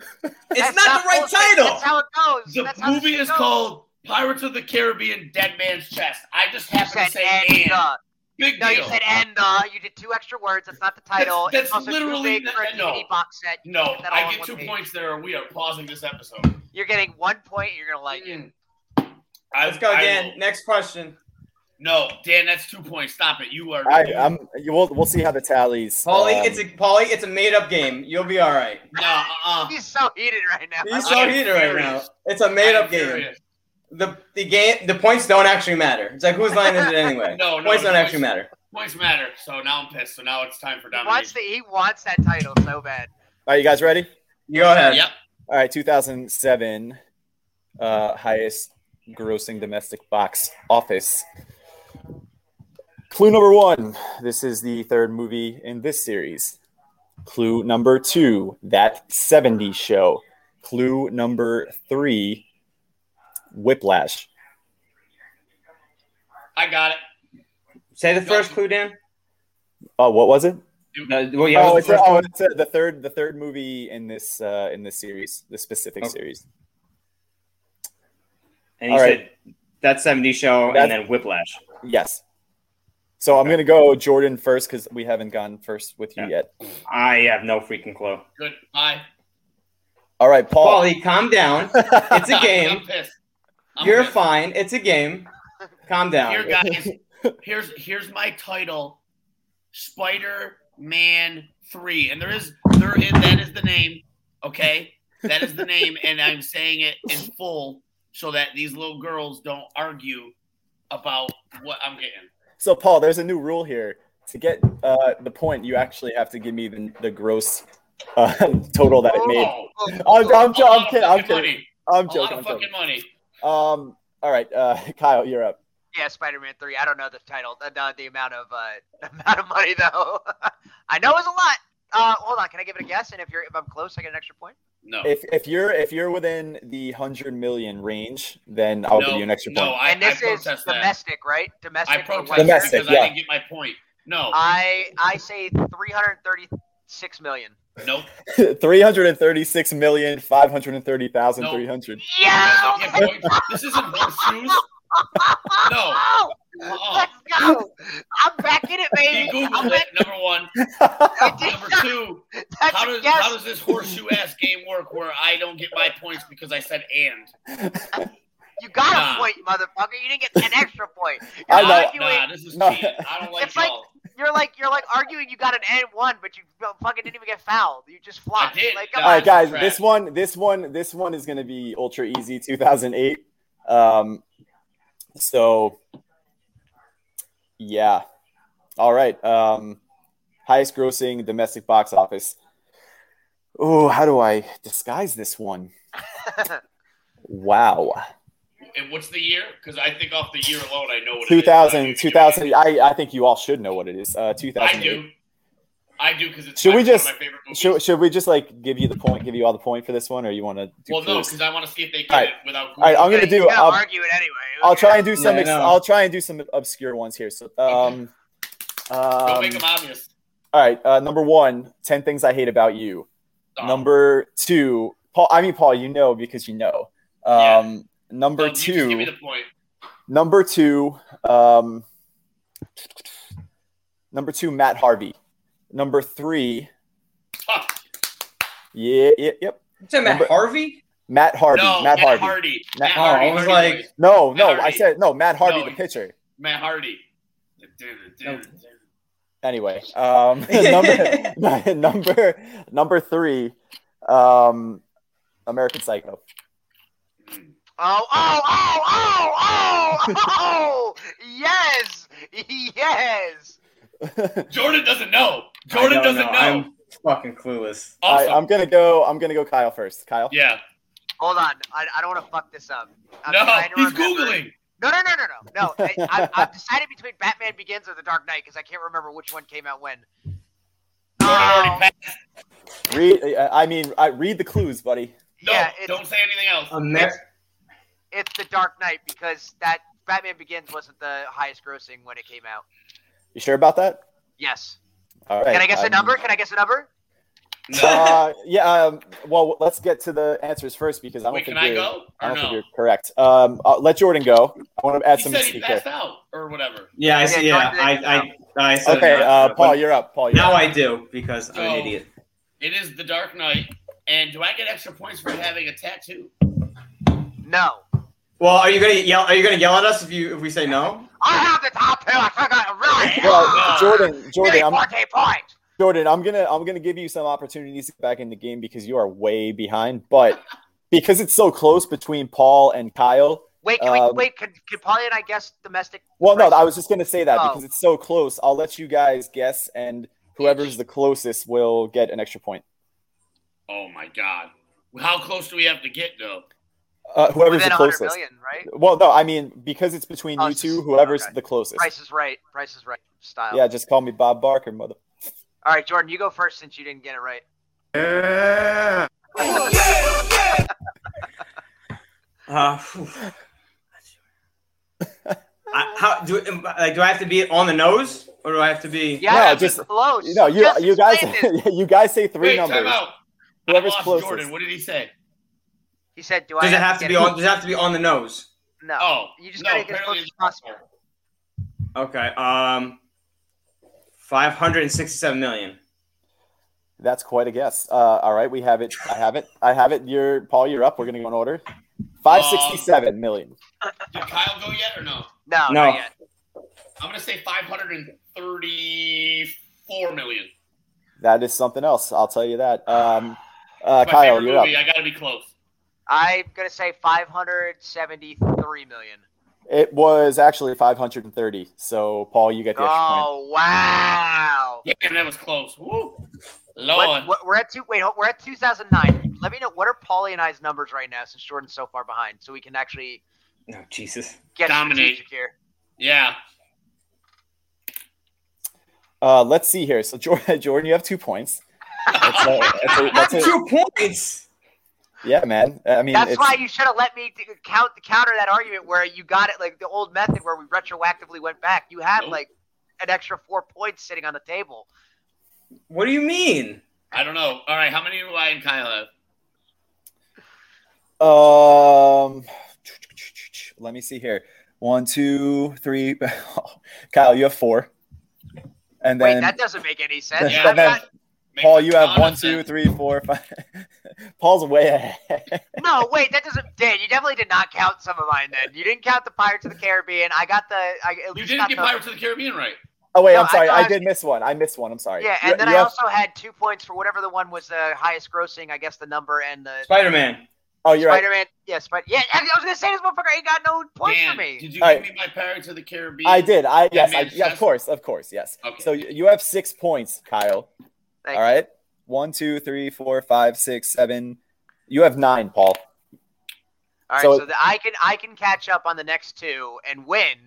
[SPEAKER 2] That's
[SPEAKER 1] not the right
[SPEAKER 2] bullshit.
[SPEAKER 1] title.
[SPEAKER 2] That's how it goes.
[SPEAKER 3] The
[SPEAKER 2] That's how
[SPEAKER 3] movie
[SPEAKER 2] this
[SPEAKER 3] is
[SPEAKER 2] goes.
[SPEAKER 3] called Pirates of the Caribbean: Dead Man's Chest. I just
[SPEAKER 2] You
[SPEAKER 3] happened
[SPEAKER 2] said
[SPEAKER 3] to say
[SPEAKER 2] and
[SPEAKER 3] and.
[SPEAKER 2] uh,
[SPEAKER 3] Big
[SPEAKER 2] no, you
[SPEAKER 3] deal.
[SPEAKER 2] said and uh. You did two extra words. That's not the title.
[SPEAKER 3] That's-
[SPEAKER 2] it's
[SPEAKER 3] that's
[SPEAKER 2] also
[SPEAKER 3] literally
[SPEAKER 2] too big for a
[SPEAKER 3] not- no.
[SPEAKER 2] DVD box set.
[SPEAKER 3] no,
[SPEAKER 2] That all
[SPEAKER 3] I
[SPEAKER 2] on
[SPEAKER 3] get
[SPEAKER 2] one
[SPEAKER 3] two
[SPEAKER 2] page.
[SPEAKER 3] points there. Or we are pausing this episode.
[SPEAKER 2] You're getting one point. You're gonna like it.
[SPEAKER 3] I,
[SPEAKER 1] Let's go,
[SPEAKER 3] I
[SPEAKER 1] Dan.
[SPEAKER 3] will-
[SPEAKER 1] Next question.
[SPEAKER 3] No, Dan, that's two points. Stop it. You are.
[SPEAKER 4] I, I'm. You, we'll we'll see how the tallies.
[SPEAKER 1] Paulie,
[SPEAKER 4] um,
[SPEAKER 1] it's a Paulie, it's a made-up game. You'll be all right.
[SPEAKER 3] No, uh-uh.
[SPEAKER 2] He's so heated right now.
[SPEAKER 1] He's
[SPEAKER 3] I
[SPEAKER 1] so
[SPEAKER 3] am
[SPEAKER 1] heated right now.
[SPEAKER 3] furious.
[SPEAKER 1] It's a made-up
[SPEAKER 3] I'm
[SPEAKER 1] game.
[SPEAKER 3] furious.
[SPEAKER 1] The the game the points don't actually matter. It's like whose line is it anyway?
[SPEAKER 3] No, no,
[SPEAKER 1] points
[SPEAKER 3] the
[SPEAKER 1] don't
[SPEAKER 3] points-
[SPEAKER 1] actually matter.
[SPEAKER 3] Points matter. So now I'm pissed. So now it's time for
[SPEAKER 2] He
[SPEAKER 3] domination.
[SPEAKER 2] wants the, he wants that title so bad.
[SPEAKER 4] Are you guys ready?
[SPEAKER 1] You go ahead.
[SPEAKER 3] Yep.
[SPEAKER 4] All right, 2007, uh, highest grossing domestic box office. Clue number one. This is the third movie in this series. Clue number two, that 70s show. Clue number three, Whiplash.
[SPEAKER 3] I got it.
[SPEAKER 1] Say the first clue, Dan.
[SPEAKER 4] Oh, what was it?
[SPEAKER 1] No, Uh, well, yeah,
[SPEAKER 4] Oh,
[SPEAKER 1] it was
[SPEAKER 4] it's,
[SPEAKER 1] the first
[SPEAKER 4] oh,
[SPEAKER 1] one.
[SPEAKER 4] it's uh, the third, the third movie in this uh, in this series, this specific
[SPEAKER 1] Okay.
[SPEAKER 4] series.
[SPEAKER 1] And he
[SPEAKER 4] all
[SPEAKER 1] said that 70 show
[SPEAKER 4] That's-
[SPEAKER 1] and then Whiplash.
[SPEAKER 4] Yes. So I'm gonna go Jordan first because we haven't gone first with you
[SPEAKER 1] Yeah.
[SPEAKER 4] yet.
[SPEAKER 1] I have no freaking clue.
[SPEAKER 3] Good. Bye.
[SPEAKER 4] All right, Paul.
[SPEAKER 1] Paulie, calm down. It's a
[SPEAKER 3] I'm-
[SPEAKER 1] game.
[SPEAKER 3] I'm pissed. I'm
[SPEAKER 1] You're
[SPEAKER 3] pissed.
[SPEAKER 1] fine. It's a game. Calm
[SPEAKER 3] Here,
[SPEAKER 1] down.
[SPEAKER 3] guys. Here's here's my title. Spider Man Three, and there is there is that is the name. Okay, that is the name, and I'm saying it in full so that these little girls don't argue about what I'm getting.
[SPEAKER 4] so Paul, there's a new rule here. To get uh, the point, you actually have to give me the, the gross uh, total that it made.
[SPEAKER 3] Oh,
[SPEAKER 4] I'm, I'm,
[SPEAKER 3] a
[SPEAKER 4] jo-
[SPEAKER 3] lot
[SPEAKER 4] I'm
[SPEAKER 3] of
[SPEAKER 4] kidding. I'm
[SPEAKER 3] fucking
[SPEAKER 4] kidding.
[SPEAKER 3] money.
[SPEAKER 4] I'm
[SPEAKER 3] A lot of
[SPEAKER 4] joking. I'm joking.
[SPEAKER 3] fucking money.
[SPEAKER 4] Um. All right, uh, Kyle, you're up.
[SPEAKER 2] Yeah, Spider-Man Three. I don't know the title, the, the, the amount of uh, the amount of money though. I know it's a lot. Uh, hold on, can I give it a guess? And if you're if I'm close, I get an extra point.
[SPEAKER 3] No.
[SPEAKER 4] If, if you're if you're within the hundred million range, then I'll
[SPEAKER 3] no,
[SPEAKER 4] give you an extra
[SPEAKER 3] no,
[SPEAKER 4] point.
[SPEAKER 3] I,
[SPEAKER 2] and this
[SPEAKER 3] I
[SPEAKER 2] is
[SPEAKER 3] protest that.
[SPEAKER 2] domestic, right? Domestic.
[SPEAKER 3] I
[SPEAKER 2] for
[SPEAKER 3] protest
[SPEAKER 2] white
[SPEAKER 3] that
[SPEAKER 4] Domestic,
[SPEAKER 3] because
[SPEAKER 4] yeah.
[SPEAKER 3] I didn't get my point. No,
[SPEAKER 2] I I say three hundred thirty-six million.
[SPEAKER 3] nope.
[SPEAKER 4] Three hundred and thirty-six million five hundred and thirty thousand three hundred.
[SPEAKER 2] Yeah.
[SPEAKER 3] This isn't horseshoes. No. Oh,
[SPEAKER 2] Let's go. I'm back in it,
[SPEAKER 3] he
[SPEAKER 2] baby. I'm
[SPEAKER 3] Googled it.
[SPEAKER 2] back.
[SPEAKER 3] Number one.
[SPEAKER 2] I did
[SPEAKER 3] Number
[SPEAKER 2] not-
[SPEAKER 3] two.
[SPEAKER 2] That's
[SPEAKER 3] How
[SPEAKER 2] a
[SPEAKER 3] does
[SPEAKER 2] guess.
[SPEAKER 3] how does this horseshoe ass game work where I don't get my points because I said and?
[SPEAKER 2] you got
[SPEAKER 3] Nah.
[SPEAKER 2] a point, motherfucker. You didn't get an extra point. You're
[SPEAKER 4] I know.
[SPEAKER 2] arguing.
[SPEAKER 3] Nah, this is
[SPEAKER 4] No.
[SPEAKER 3] cheating. I don't like
[SPEAKER 2] It's like-
[SPEAKER 3] y'all.
[SPEAKER 2] You're like you're like arguing. You got an N one, but you fucking didn't even get fouled. You just flopped.
[SPEAKER 3] did.
[SPEAKER 2] Like,
[SPEAKER 3] Nah,
[SPEAKER 2] come
[SPEAKER 4] All right,
[SPEAKER 2] on.
[SPEAKER 4] guys.
[SPEAKER 3] Trash.
[SPEAKER 4] This one, this one, this one is going to be ultra easy. 2008. Um, so, yeah. All right. Um, highest grossing domestic box office. Oh, how do I disguise this one? Wow.
[SPEAKER 3] And what's the year? Because I think off the year alone, I know what it is.
[SPEAKER 4] 2000, 2000. I, I think you all should know what it is. Uh,
[SPEAKER 3] I
[SPEAKER 4] 2008.
[SPEAKER 3] do. I do because it's
[SPEAKER 4] Should
[SPEAKER 3] my-
[SPEAKER 4] we
[SPEAKER 3] one of
[SPEAKER 4] just-
[SPEAKER 3] my favorite movies.
[SPEAKER 4] Should, should we just like give you the point, give you all the point for this one, or you want to do
[SPEAKER 3] well, no,
[SPEAKER 4] clues?
[SPEAKER 3] because I want to see if they get
[SPEAKER 4] Alright.
[SPEAKER 3] it without.
[SPEAKER 4] All right, I'm
[SPEAKER 3] Googling.
[SPEAKER 4] gonna
[SPEAKER 2] Yeah,
[SPEAKER 4] do.
[SPEAKER 2] You gotta
[SPEAKER 3] um,
[SPEAKER 4] I'll,
[SPEAKER 2] argue it anyway.
[SPEAKER 4] I'll try and do some.
[SPEAKER 1] Yeah, I
[SPEAKER 4] ex-
[SPEAKER 1] know.
[SPEAKER 4] I'll try and do some obscure ones here. So, um,
[SPEAKER 3] Don't
[SPEAKER 4] um
[SPEAKER 3] make them obvious.
[SPEAKER 4] all right. Uh, number one, 10 things I hate about you.
[SPEAKER 3] Stop.
[SPEAKER 4] Number two, Paul. I mean, Paul, you know because you know. Um, Number
[SPEAKER 3] No, you just give me
[SPEAKER 4] two.
[SPEAKER 3] the point.
[SPEAKER 4] Number two. Um, number two, Matt Harvey. Number three.
[SPEAKER 3] Huh.
[SPEAKER 4] Yeah. Yep. yep.
[SPEAKER 1] It's Matt
[SPEAKER 4] Number-
[SPEAKER 1] Harvey.
[SPEAKER 4] Matt Harvey.
[SPEAKER 3] No,
[SPEAKER 4] Matt, Harvey. Matt-
[SPEAKER 3] Matt
[SPEAKER 1] Oh, I
[SPEAKER 3] Hardy.
[SPEAKER 1] was
[SPEAKER 3] Hardy
[SPEAKER 1] like-
[SPEAKER 3] boys.
[SPEAKER 4] No,
[SPEAKER 3] Matt
[SPEAKER 4] no, I
[SPEAKER 3] Harvey.
[SPEAKER 4] said no. Matt Harvey,
[SPEAKER 3] No,
[SPEAKER 4] the
[SPEAKER 3] he-
[SPEAKER 4] pitcher.
[SPEAKER 3] Matt Hardy.
[SPEAKER 1] Oh.
[SPEAKER 4] Anyway, um, number number number three, um, American Psycho.
[SPEAKER 2] Oh, oh, oh, oh, oh, oh! yes, yes.
[SPEAKER 3] Jordan doesn't know. Jordan
[SPEAKER 1] I don't
[SPEAKER 3] doesn't know.
[SPEAKER 1] I'm fucking clueless.
[SPEAKER 4] I,
[SPEAKER 3] Awesome.
[SPEAKER 4] I'm gonna go. I'm gonna go. Kyle first. Kyle.
[SPEAKER 3] yeah.
[SPEAKER 2] Hold on, I, I don't want to fuck this up. I'm
[SPEAKER 3] No,
[SPEAKER 2] trying to
[SPEAKER 3] he's
[SPEAKER 2] remember.
[SPEAKER 3] googling.
[SPEAKER 2] No, no, no, no, no, no. I, I, I've decided between Batman Begins or The Dark Knight because I can't remember which one came out when.
[SPEAKER 3] Jordan
[SPEAKER 2] Oh,
[SPEAKER 3] already passed.
[SPEAKER 4] Read. uh, I mean, I read the clues, buddy.
[SPEAKER 3] No,
[SPEAKER 2] yeah, it's,
[SPEAKER 3] don't say anything else.
[SPEAKER 1] Amer-
[SPEAKER 2] it's The Dark Knight because that Batman Begins wasn't the highest grossing when it came out.
[SPEAKER 4] You sure about that?
[SPEAKER 2] Yes.
[SPEAKER 4] All right.
[SPEAKER 2] Can I guess a
[SPEAKER 4] I'm-
[SPEAKER 2] number? Can I guess a number?
[SPEAKER 3] no.
[SPEAKER 4] Uh, yeah. Um, well, let's get to the answers first because I don't
[SPEAKER 3] Wait,
[SPEAKER 4] think
[SPEAKER 3] can I
[SPEAKER 4] you're.
[SPEAKER 3] go
[SPEAKER 4] I
[SPEAKER 3] or
[SPEAKER 4] don't think
[SPEAKER 3] no?
[SPEAKER 4] you're correct. Um, uh, let Jordan go. I want to add
[SPEAKER 3] He
[SPEAKER 4] some
[SPEAKER 3] said he
[SPEAKER 4] mystique here.
[SPEAKER 3] passed out or whatever.
[SPEAKER 1] yeah, I see. Yeah,
[SPEAKER 2] Yeah, Jordan
[SPEAKER 1] I,
[SPEAKER 2] didn't
[SPEAKER 1] I, I said
[SPEAKER 4] Okay,
[SPEAKER 1] Matt,
[SPEAKER 4] uh,
[SPEAKER 1] but
[SPEAKER 4] Paul, you're up. Paul, you're
[SPEAKER 1] Now
[SPEAKER 4] up.
[SPEAKER 1] I do because I'm
[SPEAKER 3] So-
[SPEAKER 1] an idiot.
[SPEAKER 3] It is the Dark Knight. And do I get extra points for having a tattoo?
[SPEAKER 2] No.
[SPEAKER 1] Well, are you gonna yell? Are you gonna yell at us if you if we say no?
[SPEAKER 2] I have the top two. I took a right.
[SPEAKER 4] Well,
[SPEAKER 3] uh,
[SPEAKER 4] Jordan, Jordan, I'm,
[SPEAKER 2] 14 points.
[SPEAKER 4] Jordan, I'm gonna I'm gonna give you some opportunities to get back in the game because you are way behind. But because it's so close between Paul and Kyle,
[SPEAKER 2] Wait, can we,
[SPEAKER 4] Um,
[SPEAKER 2] wait, can, can Polly and I guess domestic?
[SPEAKER 4] well, no, I was just gonna say that
[SPEAKER 2] Oh.
[SPEAKER 4] because it's so close. I'll let you guys guess, and whoever's the closest will get an extra point.
[SPEAKER 3] Oh my God. How close do we have to get though?
[SPEAKER 4] Uh, whoever's
[SPEAKER 2] within
[SPEAKER 4] the
[SPEAKER 2] 100
[SPEAKER 4] closest.
[SPEAKER 2] million, right?
[SPEAKER 4] Well, no, I mean because it's between
[SPEAKER 2] Oh,
[SPEAKER 4] you
[SPEAKER 2] it's
[SPEAKER 4] two,
[SPEAKER 2] just-
[SPEAKER 4] whoever's
[SPEAKER 2] okay.
[SPEAKER 4] the closest.
[SPEAKER 2] Price is right. Price is right style.
[SPEAKER 4] Yeah, just call me Bob Barker, mother.
[SPEAKER 2] All right, Jordan, you go first since you didn't get it right.
[SPEAKER 1] Uh, phew. I, how do like do I have to be on the nose or do I have to be?
[SPEAKER 2] Yeah,
[SPEAKER 4] No,
[SPEAKER 2] that's
[SPEAKER 4] just-
[SPEAKER 2] close.
[SPEAKER 4] No, you
[SPEAKER 2] Just
[SPEAKER 4] you guys
[SPEAKER 2] explain this.
[SPEAKER 4] you guys say three
[SPEAKER 3] Wait,
[SPEAKER 4] numbers.
[SPEAKER 3] time out.
[SPEAKER 4] Whoever's
[SPEAKER 3] I lost
[SPEAKER 4] closest.
[SPEAKER 3] Jordan. What did he say?
[SPEAKER 2] He said, "Do I?"
[SPEAKER 1] Does it have to
[SPEAKER 2] get
[SPEAKER 1] be on? Does it have to be on the nose?
[SPEAKER 2] No.
[SPEAKER 3] Oh,
[SPEAKER 2] You just
[SPEAKER 3] no,
[SPEAKER 2] gotta get as
[SPEAKER 3] apparently
[SPEAKER 2] close as
[SPEAKER 3] it's-
[SPEAKER 2] possible.
[SPEAKER 1] Okay. Um, five hundred and sixty-seven million.
[SPEAKER 4] That's quite a guess. Uh, all right, we have it. I have it. I have it. You're Paul. You're up. We're gonna go in order. Five sixty-seven million.
[SPEAKER 3] Did Kyle go yet or no?
[SPEAKER 2] No,
[SPEAKER 1] No.
[SPEAKER 2] not yet.
[SPEAKER 3] I'm gonna say 534 million.
[SPEAKER 4] That is something else. I'll tell you that. Um, uh,
[SPEAKER 3] My
[SPEAKER 4] Kyle,
[SPEAKER 3] favorite
[SPEAKER 4] you're up.
[SPEAKER 3] movie. I gotta be close.
[SPEAKER 2] I'm gonna say 573 million.
[SPEAKER 4] It was actually five hundred and thirty. So Paul, you get the extra point.
[SPEAKER 2] Oh wow!
[SPEAKER 3] Yeah, that was close. Woo. Lord.
[SPEAKER 2] What, what, we're at two. Wait, hold- we're at 2009. Let me know what are Paulie and I's numbers right now since Jordan's so far behind, so we can actually
[SPEAKER 1] No, Oh, Jesus.
[SPEAKER 2] get
[SPEAKER 3] Dominate.
[SPEAKER 2] strategic here.
[SPEAKER 3] Yeah.
[SPEAKER 4] Uh, let's see here. So Jordan, Jordan, you have two points. That's a, that's a- that's a-
[SPEAKER 1] two points.
[SPEAKER 4] yeah, man. I mean,
[SPEAKER 2] That's
[SPEAKER 4] it's,
[SPEAKER 2] why you should have let me t- count counter that argument where you got it like the old method where we retroactively went back. You had
[SPEAKER 3] Nope.
[SPEAKER 2] like an extra four points sitting on the table.
[SPEAKER 1] What do you mean?
[SPEAKER 3] I don't know. All right. How many do I and Kyle have?
[SPEAKER 4] um, let me see here. One, two, three. Kyle, you have four. And
[SPEAKER 2] Wait,
[SPEAKER 4] then
[SPEAKER 2] that doesn't make any sense.
[SPEAKER 3] Yeah.
[SPEAKER 2] I've got-
[SPEAKER 3] Makes
[SPEAKER 4] Paul,
[SPEAKER 3] a
[SPEAKER 4] you
[SPEAKER 3] ton
[SPEAKER 4] have
[SPEAKER 3] of
[SPEAKER 4] one, two,
[SPEAKER 3] sense.
[SPEAKER 4] three, four, five. Paul's way ahead.
[SPEAKER 2] no, wait, that doesn't. Dan, you definitely did not count some of mine. Then you didn't count the Pirates of the Caribbean. I got the. I at
[SPEAKER 3] You
[SPEAKER 2] least
[SPEAKER 3] didn't
[SPEAKER 2] got
[SPEAKER 3] get
[SPEAKER 2] the,
[SPEAKER 3] Pirates of the Caribbean right.
[SPEAKER 4] Oh wait,
[SPEAKER 2] No,
[SPEAKER 4] I'm
[SPEAKER 2] I
[SPEAKER 4] sorry.
[SPEAKER 2] thought
[SPEAKER 4] I,
[SPEAKER 2] I
[SPEAKER 4] did miss one. I missed one. I'm sorry.
[SPEAKER 2] Yeah,
[SPEAKER 4] You-
[SPEAKER 2] and then
[SPEAKER 4] you
[SPEAKER 2] I
[SPEAKER 4] have-
[SPEAKER 2] also had two points for whatever the one was the highest grossing. I guess the number and the
[SPEAKER 1] Spider Man.
[SPEAKER 4] oh, you're right.
[SPEAKER 2] Spider-Man. Yes, but yeah, I was gonna say this motherfucker ain't got no points
[SPEAKER 3] Dan,
[SPEAKER 2] for me.
[SPEAKER 3] did you
[SPEAKER 4] All
[SPEAKER 3] give me my Pirates of the Caribbean?
[SPEAKER 4] I did. I yes. I, yeah,
[SPEAKER 3] Manchester?
[SPEAKER 4] of course. Of course. Yes.
[SPEAKER 3] Okay.
[SPEAKER 4] So you you have six points, Kyle.
[SPEAKER 2] Thank
[SPEAKER 4] All right. One, two, three, four, five, six, seven. You have nine, Paul.
[SPEAKER 2] All right, so,
[SPEAKER 4] so-
[SPEAKER 2] the, I can I can catch up on the next two and win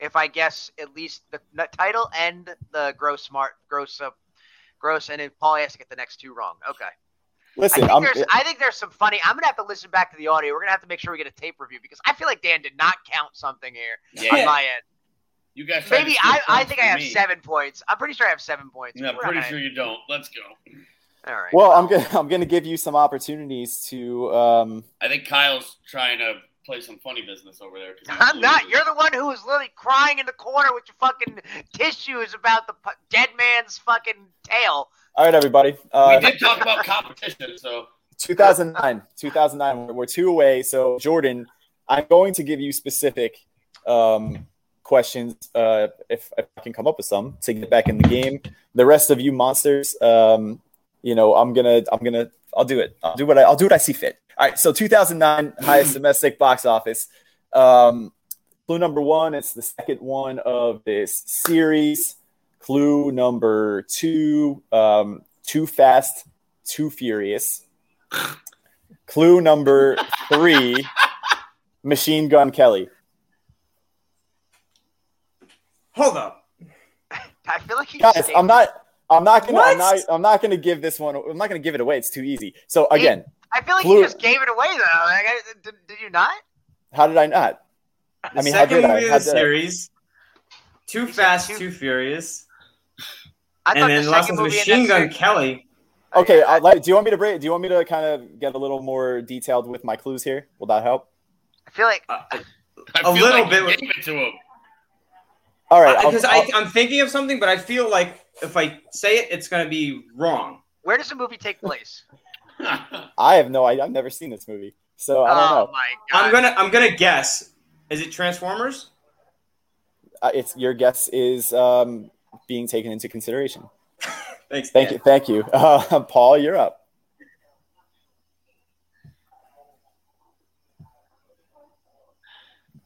[SPEAKER 2] if I guess at least the, the title and the gross smart gross up gross and if Paul has to get the next two wrong. Okay. I
[SPEAKER 4] Listen,
[SPEAKER 2] think,
[SPEAKER 4] I'm, eh,
[SPEAKER 2] there's, I think there's some funny. I'm gonna have to listen back to the audio. We're gonna have to make sure we get a tape review because I feel like Dan did not count something here on
[SPEAKER 3] Yeah,
[SPEAKER 2] my end.
[SPEAKER 3] you guys. tried to
[SPEAKER 2] Maybe
[SPEAKER 3] steal
[SPEAKER 2] I, I
[SPEAKER 3] points
[SPEAKER 2] think I
[SPEAKER 3] from
[SPEAKER 2] have
[SPEAKER 3] me.
[SPEAKER 2] seven points. I'm pretty sure I have seven points.
[SPEAKER 3] Yeah, I'm
[SPEAKER 2] We're
[SPEAKER 3] pretty
[SPEAKER 2] not-
[SPEAKER 3] sure you don't. Let's go.
[SPEAKER 2] All right.
[SPEAKER 4] well, I'm gonna I'm gonna give you some opportunities to. Um,
[SPEAKER 3] I think Kyle's trying to play some funny business over there. 'cause he's
[SPEAKER 2] I'm not.
[SPEAKER 3] losing.
[SPEAKER 2] You're the one who was literally crying in the corner with your fucking tissues about the pu- dead man's fucking tail.
[SPEAKER 4] all right, everybody.
[SPEAKER 3] We
[SPEAKER 4] Uh,
[SPEAKER 3] did talk about competition, so
[SPEAKER 4] 2009, 2009. We're, we're two away. So Jordan, I'm going to give you specific um, questions uh, if, if I can come up with some to get back in the game. The rest of you monsters, um, you know, I'm gonna, I'm gonna, I'll do it. I'll do what I, I'll do what I see fit. All right. So 2009 highest domestic box office. Um, clue number one. It's the second one of this series. Clue number two. Um, too fast, too furious. Clue number three, Machine Gun Kelly.
[SPEAKER 1] Hold up.
[SPEAKER 2] I feel like you
[SPEAKER 4] Guys,
[SPEAKER 2] just
[SPEAKER 4] I'm not. I'm not gonna. I'm not,
[SPEAKER 1] What?
[SPEAKER 4] I'm not gonna give this one. I'm not gonna give it away. It's too easy. So again,
[SPEAKER 2] I feel like you
[SPEAKER 4] Blue-
[SPEAKER 2] just gave it away though. Like, I, did, did you not?
[SPEAKER 4] how did I not?
[SPEAKER 1] The
[SPEAKER 4] I mean, how
[SPEAKER 1] second
[SPEAKER 4] did I?
[SPEAKER 1] movie
[SPEAKER 4] How
[SPEAKER 1] of the
[SPEAKER 4] did I?
[SPEAKER 1] series. Too
[SPEAKER 2] said
[SPEAKER 1] fast,
[SPEAKER 2] two-
[SPEAKER 1] too furious,
[SPEAKER 2] I
[SPEAKER 1] and then
[SPEAKER 2] the
[SPEAKER 1] Lessons
[SPEAKER 2] second movie in
[SPEAKER 1] Machine
[SPEAKER 2] that
[SPEAKER 1] Gun
[SPEAKER 2] series-
[SPEAKER 1] Kelly.
[SPEAKER 4] Okay. I, like, do you want me to break? Do you want me to kind of get a little more detailed with my clues here? Will that help?
[SPEAKER 2] I feel like
[SPEAKER 1] Uh,
[SPEAKER 3] I
[SPEAKER 1] A
[SPEAKER 3] feel
[SPEAKER 1] little
[SPEAKER 3] like you
[SPEAKER 1] bit-
[SPEAKER 3] Gave it to him.
[SPEAKER 4] All right. I'll-
[SPEAKER 1] Because Uh, I,
[SPEAKER 4] I'll-
[SPEAKER 1] I'm thinking of something, but I feel like if I say it, it's gonna be wrong.
[SPEAKER 2] where does the movie take place?
[SPEAKER 4] I have no. idea. I've never seen this movie, so I don't
[SPEAKER 2] oh
[SPEAKER 1] Um,
[SPEAKER 4] know.
[SPEAKER 2] my god!
[SPEAKER 1] I'm gonna, I'm gonna guess. Is it Transformers?
[SPEAKER 4] Uh, It's your guess is um, being taken into consideration.
[SPEAKER 1] Thanks.
[SPEAKER 4] Thank you. Thank you, uh, Paul. You're up.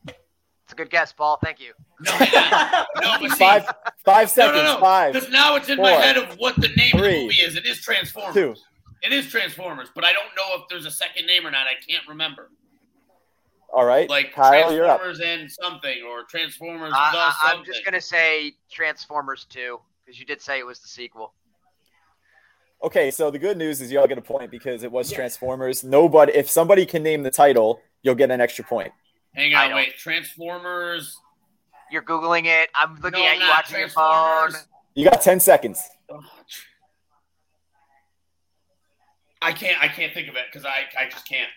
[SPEAKER 2] It's a good guess, Paul. Thank you.
[SPEAKER 3] no, hang on.
[SPEAKER 1] Dan.
[SPEAKER 3] no, but see,
[SPEAKER 4] Five. Five
[SPEAKER 3] no,
[SPEAKER 4] seconds.
[SPEAKER 3] no, no.
[SPEAKER 4] Five.
[SPEAKER 3] Because now it's in my
[SPEAKER 4] four,
[SPEAKER 3] head of what the name of
[SPEAKER 4] three,
[SPEAKER 3] the movie is. It is Transformers.
[SPEAKER 4] two.
[SPEAKER 3] It is Transformers, but I don't know if there's a second name or not. I can't remember.
[SPEAKER 4] All right,
[SPEAKER 3] Like
[SPEAKER 4] Kyle, you're up.
[SPEAKER 3] Transformers and something, or Transformers. the
[SPEAKER 2] I, I,
[SPEAKER 3] something.
[SPEAKER 2] I'm just gonna say Transformers Two because you did say it was the sequel.
[SPEAKER 4] Okay, so the good news is you all get a point because it was Transformers. Nobody, if somebody can name the title, you'll get an extra point.
[SPEAKER 3] Hang
[SPEAKER 2] I
[SPEAKER 3] on,
[SPEAKER 2] don't-
[SPEAKER 3] wait. Transformers.
[SPEAKER 2] You're googling it. I'm looking
[SPEAKER 3] no,
[SPEAKER 2] at you
[SPEAKER 3] not
[SPEAKER 2] watching your phone.
[SPEAKER 3] Transformers.
[SPEAKER 4] You got ten seconds.
[SPEAKER 3] Oh, tr- I can't. I can't think of it because I. I just can't.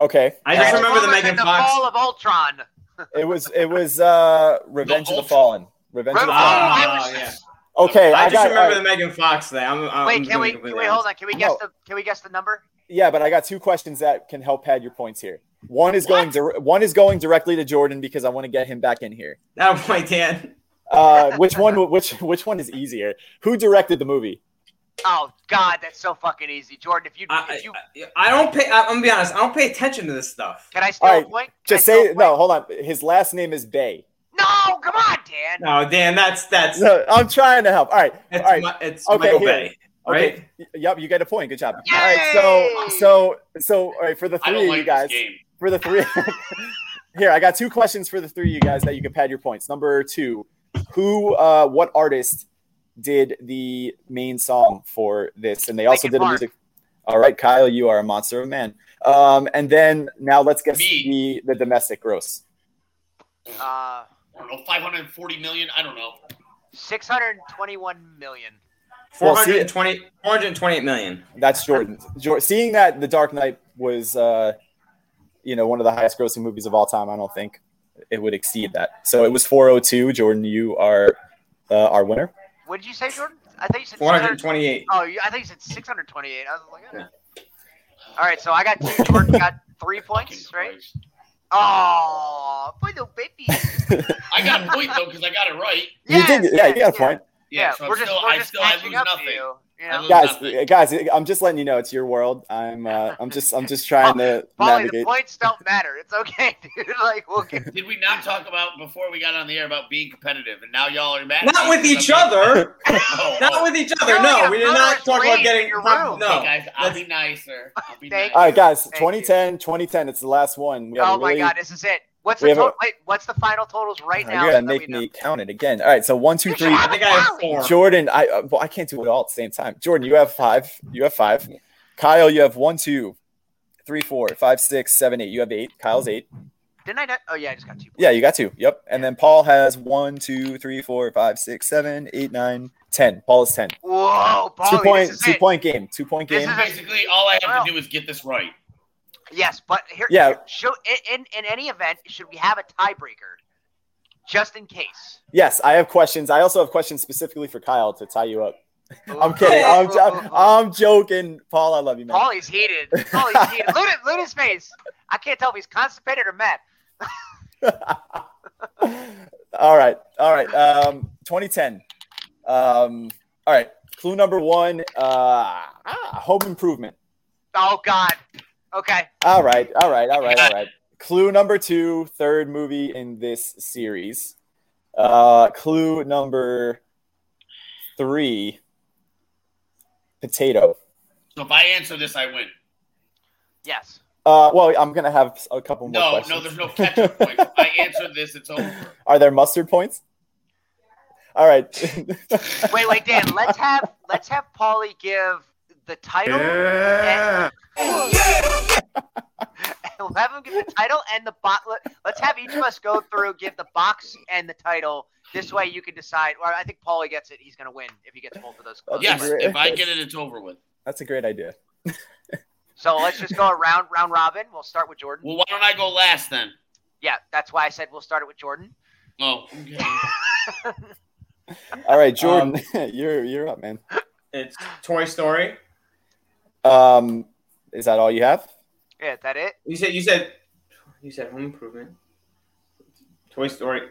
[SPEAKER 4] Okay,
[SPEAKER 1] I just
[SPEAKER 4] Uh,
[SPEAKER 1] remember the
[SPEAKER 2] Transformers
[SPEAKER 1] Megan
[SPEAKER 2] and the
[SPEAKER 1] Fox.
[SPEAKER 2] Fall of Ultron.
[SPEAKER 4] it was it was uh, Revenge
[SPEAKER 3] The
[SPEAKER 4] of the
[SPEAKER 3] Ultron.
[SPEAKER 4] Fallen. Revenge of the Fallen.
[SPEAKER 1] Ah,
[SPEAKER 2] I was-
[SPEAKER 1] yeah.
[SPEAKER 4] Okay,
[SPEAKER 1] I
[SPEAKER 4] I,
[SPEAKER 1] just
[SPEAKER 4] got
[SPEAKER 1] remember
[SPEAKER 4] all
[SPEAKER 1] the
[SPEAKER 4] right.
[SPEAKER 1] Megan Fox thing. I'm, Oh, I'm
[SPEAKER 2] Wait,
[SPEAKER 1] doing
[SPEAKER 2] can we can
[SPEAKER 1] completely
[SPEAKER 2] we
[SPEAKER 1] honest.
[SPEAKER 2] hold on? Can we guess
[SPEAKER 1] Oh.
[SPEAKER 4] No.
[SPEAKER 2] the can we guess the number?
[SPEAKER 4] yeah, but I got two questions that can help pad your points here. One is going dir- one is going directly to Jordan because I want to get him back in here.
[SPEAKER 1] That point, Dan.
[SPEAKER 4] Uh, which one? Which which one is easier? Who directed the movie?
[SPEAKER 2] Oh God, that's so fucking easy, Jordan. If you
[SPEAKER 1] I,
[SPEAKER 2] if you
[SPEAKER 1] I, I don't pay. I, I'm gonna be honest. I don't pay attention to this stuff.
[SPEAKER 2] can I steal
[SPEAKER 4] All right,
[SPEAKER 2] a point? Can I
[SPEAKER 4] Just
[SPEAKER 2] steal a
[SPEAKER 4] say
[SPEAKER 2] point?
[SPEAKER 4] no. Hold on. His last name is Bay.
[SPEAKER 2] No, come on, Dan.
[SPEAKER 1] No, Dan. That's that's
[SPEAKER 4] No, I'm trying to help. All right.
[SPEAKER 1] it's,
[SPEAKER 4] all right.
[SPEAKER 1] my, it's
[SPEAKER 4] Okay,
[SPEAKER 1] Michael
[SPEAKER 4] here.
[SPEAKER 1] Bay, right?
[SPEAKER 4] Okay. y- Yep, you get a point. Good job.
[SPEAKER 2] Yay!
[SPEAKER 4] All right, so so so all right for the
[SPEAKER 3] I
[SPEAKER 4] three
[SPEAKER 3] don't
[SPEAKER 4] of
[SPEAKER 3] like
[SPEAKER 4] you guys.
[SPEAKER 3] this game.
[SPEAKER 4] For the three here, I got two questions for the three of you guys that you can pad your points. Number two, who uh what artist did the main song for this? And they also
[SPEAKER 2] Linkin
[SPEAKER 4] did a
[SPEAKER 2] Park.
[SPEAKER 4] music. All right, Kyle, you are a monster of a man. Um, and then now let's guess
[SPEAKER 3] Me.
[SPEAKER 4] the, the domestic gross.
[SPEAKER 2] Uh,
[SPEAKER 3] I don't know. Five hundred forty million. I don't know.
[SPEAKER 2] six hundred twenty-one million.
[SPEAKER 4] Well, see-
[SPEAKER 1] 420, 428 million.
[SPEAKER 4] That's Jordan. Jor- Seeing that The Dark Knight was, uh, you know, one of the highest grossing movies of all time, I don't think it would exceed that. So it was 402. Jordan, you are uh, our winner.
[SPEAKER 2] What did you say, Jordan? I thought you said 600
[SPEAKER 1] 428.
[SPEAKER 2] Oh, you- I thought you said 628. I was like, eh. all right, so I got two. Jordan got three points, right? Oh, boy, no baby.
[SPEAKER 3] I got a point though because I got it right.
[SPEAKER 4] you did,
[SPEAKER 2] Yes,
[SPEAKER 4] yeah, you got a
[SPEAKER 2] yes,
[SPEAKER 4] point.
[SPEAKER 3] Yeah, so I'm
[SPEAKER 2] we're
[SPEAKER 3] still,
[SPEAKER 2] just, we're
[SPEAKER 3] I
[SPEAKER 2] just
[SPEAKER 3] still, I
[SPEAKER 2] catching
[SPEAKER 3] lose
[SPEAKER 2] up to
[SPEAKER 3] nothing.
[SPEAKER 2] you. you
[SPEAKER 3] I
[SPEAKER 2] know?
[SPEAKER 3] lose
[SPEAKER 4] Guys,
[SPEAKER 3] nothing.
[SPEAKER 4] guys, I'm just letting you know it's your world. I'm, uh, I'm just, I'm just trying to
[SPEAKER 2] Paulie, the
[SPEAKER 4] navigate.
[SPEAKER 2] points don't matter. It's okay, dude. Like, we'll get.
[SPEAKER 3] Did we not talk about before we got on the air about being competitive, and now y'all are
[SPEAKER 2] Uh,
[SPEAKER 3] mad? at
[SPEAKER 1] Not
[SPEAKER 3] me
[SPEAKER 1] with
[SPEAKER 3] because
[SPEAKER 1] each
[SPEAKER 3] I'm being-
[SPEAKER 1] other.
[SPEAKER 3] Oh,
[SPEAKER 1] Not
[SPEAKER 3] oh.
[SPEAKER 1] with each other.
[SPEAKER 2] You're
[SPEAKER 1] No,
[SPEAKER 2] like a
[SPEAKER 1] we did not
[SPEAKER 2] murderous
[SPEAKER 1] talk about
[SPEAKER 2] lady
[SPEAKER 1] getting
[SPEAKER 2] in your
[SPEAKER 1] no.
[SPEAKER 2] room.
[SPEAKER 3] Hey guys, I'll be nicer. I'll be nicer.
[SPEAKER 2] Thank you.
[SPEAKER 4] All right, guys,
[SPEAKER 2] Thank you.
[SPEAKER 4] 2010, 2010. It's the last one. We gotta
[SPEAKER 2] Oh my
[SPEAKER 4] really-
[SPEAKER 2] god, this is it. What's the
[SPEAKER 4] we have a-
[SPEAKER 2] total? Wait, what's the final totals right now?
[SPEAKER 4] You're
[SPEAKER 2] so
[SPEAKER 4] gonna
[SPEAKER 2] that we
[SPEAKER 4] make
[SPEAKER 2] know?
[SPEAKER 4] me count it again. All right, so one, two,
[SPEAKER 2] You
[SPEAKER 4] three.
[SPEAKER 2] should
[SPEAKER 1] I think I have four.
[SPEAKER 4] Jordan, I uh, well, I can't do it all at the same time. Jordan, you have five. You have five. Kyle, you have one, two, three, four, five, six, seven, eight. You have eight. Kyle's eight.
[SPEAKER 2] Didn't I? Not? Oh yeah, I just got two.
[SPEAKER 4] Yeah, you got two. Yep. And then Paul has one, two, three, four, five, six, seven, eight, nine, ten. Paul is ten.
[SPEAKER 2] Whoa, Paulie,
[SPEAKER 4] two point,
[SPEAKER 2] this is
[SPEAKER 4] two
[SPEAKER 2] it.
[SPEAKER 4] point game. Two point
[SPEAKER 2] This
[SPEAKER 4] game.
[SPEAKER 2] is
[SPEAKER 3] Basically, all I have to do is get this right.
[SPEAKER 2] Yes, but here,
[SPEAKER 4] Yeah.
[SPEAKER 2] show in, in in any event, should we have a tiebreaker, just in case?
[SPEAKER 4] Yes, I have questions. I also have questions specifically for Kyle to tie you up. I'm kidding.
[SPEAKER 2] Ooh,
[SPEAKER 4] I'm,
[SPEAKER 2] ooh,
[SPEAKER 4] I'm,
[SPEAKER 2] ooh, ooh.
[SPEAKER 4] I'm joking. Paul, I love you, man.
[SPEAKER 2] Paulie's heated. Paulie's heated. Look at, look at his face. I can't tell if he's constipated or mad.
[SPEAKER 4] all right, all right. Um, 2010. Um, all right. Clue number one. Uh, ah, home improvement.
[SPEAKER 2] Oh God. Okay.
[SPEAKER 4] All right, all right, all right, all right. Clue number two. Third movie in this series. Uh, clue number three. Potato.
[SPEAKER 3] So if I answer this, I win.
[SPEAKER 2] Yes.
[SPEAKER 4] Uh, well, I'm gonna have a couple more
[SPEAKER 3] No,
[SPEAKER 4] questions.
[SPEAKER 3] no, there's no catch-up points. If I answer this, it's over.
[SPEAKER 4] Are there mustard points? All right.
[SPEAKER 2] Wait, wait, Dan. Let's have let's have Paulie give the title. Yeah. we'll have him give the title and the box. Let's have each of us go through, give the box and the title. This way, you can decide. Well, I think Paulie gets it. He's going to win if he gets both of those. clues.
[SPEAKER 3] Yes,
[SPEAKER 4] great.
[SPEAKER 3] if I get it, it's over with.
[SPEAKER 4] That's a great idea.
[SPEAKER 2] So let's just go around round robin. We'll start with Jordan.
[SPEAKER 3] Well, why don't I go last then?
[SPEAKER 2] Yeah, that's why I said we'll start it with Jordan.
[SPEAKER 3] Oh, okay.
[SPEAKER 4] All right, Jordan, you're you're up, man.
[SPEAKER 1] It's Toy Story.
[SPEAKER 4] Um, is that all you have?
[SPEAKER 2] Yeah, is that it?
[SPEAKER 1] You said you said you said Home Improvement. Toy Story.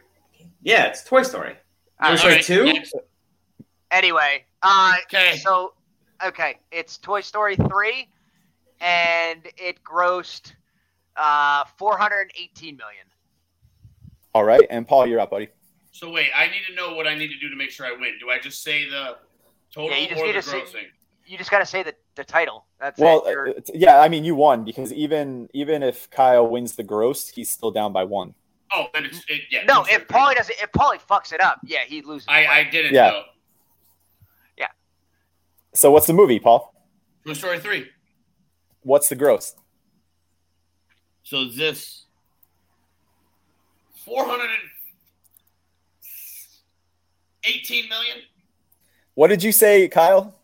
[SPEAKER 1] Yeah, it's Toy Story.
[SPEAKER 2] All
[SPEAKER 1] Toy
[SPEAKER 2] right.
[SPEAKER 1] Story
[SPEAKER 3] right,
[SPEAKER 1] two.
[SPEAKER 3] next.
[SPEAKER 2] Anyway, uh,
[SPEAKER 3] Okay.
[SPEAKER 2] So, okay, it's Toy Story 3, and it grossed uh, 418 million.
[SPEAKER 4] All right, and Paul, you're up, buddy.
[SPEAKER 3] So wait, I need to know what I need to do to make sure I win. Do I just say the total
[SPEAKER 2] Yeah, you just
[SPEAKER 3] or
[SPEAKER 2] need
[SPEAKER 3] the
[SPEAKER 2] to say-
[SPEAKER 3] grossing?
[SPEAKER 2] You just got to say the, the title. That's
[SPEAKER 4] Well,
[SPEAKER 2] it. You're-
[SPEAKER 4] uh, t- yeah, I mean, you won because even even if Kyle wins the gross, he's still down by one.
[SPEAKER 3] Oh, then it's it, yeah.
[SPEAKER 2] no,
[SPEAKER 3] it's-
[SPEAKER 2] if Paulie doesn't, if Paulie fucks it up, yeah, he loses.
[SPEAKER 3] I, I
[SPEAKER 2] Like,
[SPEAKER 3] didn't
[SPEAKER 4] Yeah.
[SPEAKER 3] though.
[SPEAKER 4] So what's the movie, Paul?
[SPEAKER 3] Toy Story three.
[SPEAKER 4] What's the gross?
[SPEAKER 3] So this four hundred and eighteen million.
[SPEAKER 4] What did you say, Kyle?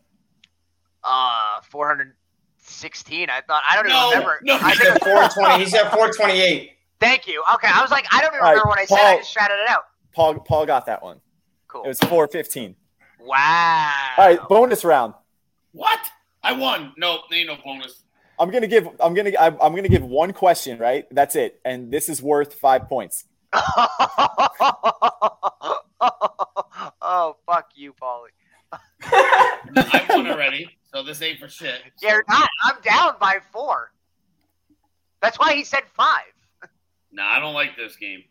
[SPEAKER 2] uh, 416. I thought I don't
[SPEAKER 3] No,
[SPEAKER 2] even remember.
[SPEAKER 3] no.
[SPEAKER 2] I
[SPEAKER 1] He
[SPEAKER 2] think,
[SPEAKER 1] said four twenty. He said four twenty eight.
[SPEAKER 2] thank you. Okay, I was like, I don't even
[SPEAKER 4] All right,
[SPEAKER 2] remember what I said. I
[SPEAKER 4] Paul-
[SPEAKER 2] just shouted it out.
[SPEAKER 4] Paul Paul got that one.
[SPEAKER 2] Cool.
[SPEAKER 4] It was four fifteen.
[SPEAKER 2] wow.
[SPEAKER 4] All right, bonus round.
[SPEAKER 3] What? I won. No, there ain't no bonus.
[SPEAKER 4] I'm gonna give I'm gonna I'm, I'm gonna give one question, right? That's it, and this is worth five points.
[SPEAKER 2] oh fuck you, Paulie.
[SPEAKER 3] I won already. So this ain't for shit.
[SPEAKER 2] You're not. I'm down by four. That's why he said five.
[SPEAKER 3] Nah, I don't like this game.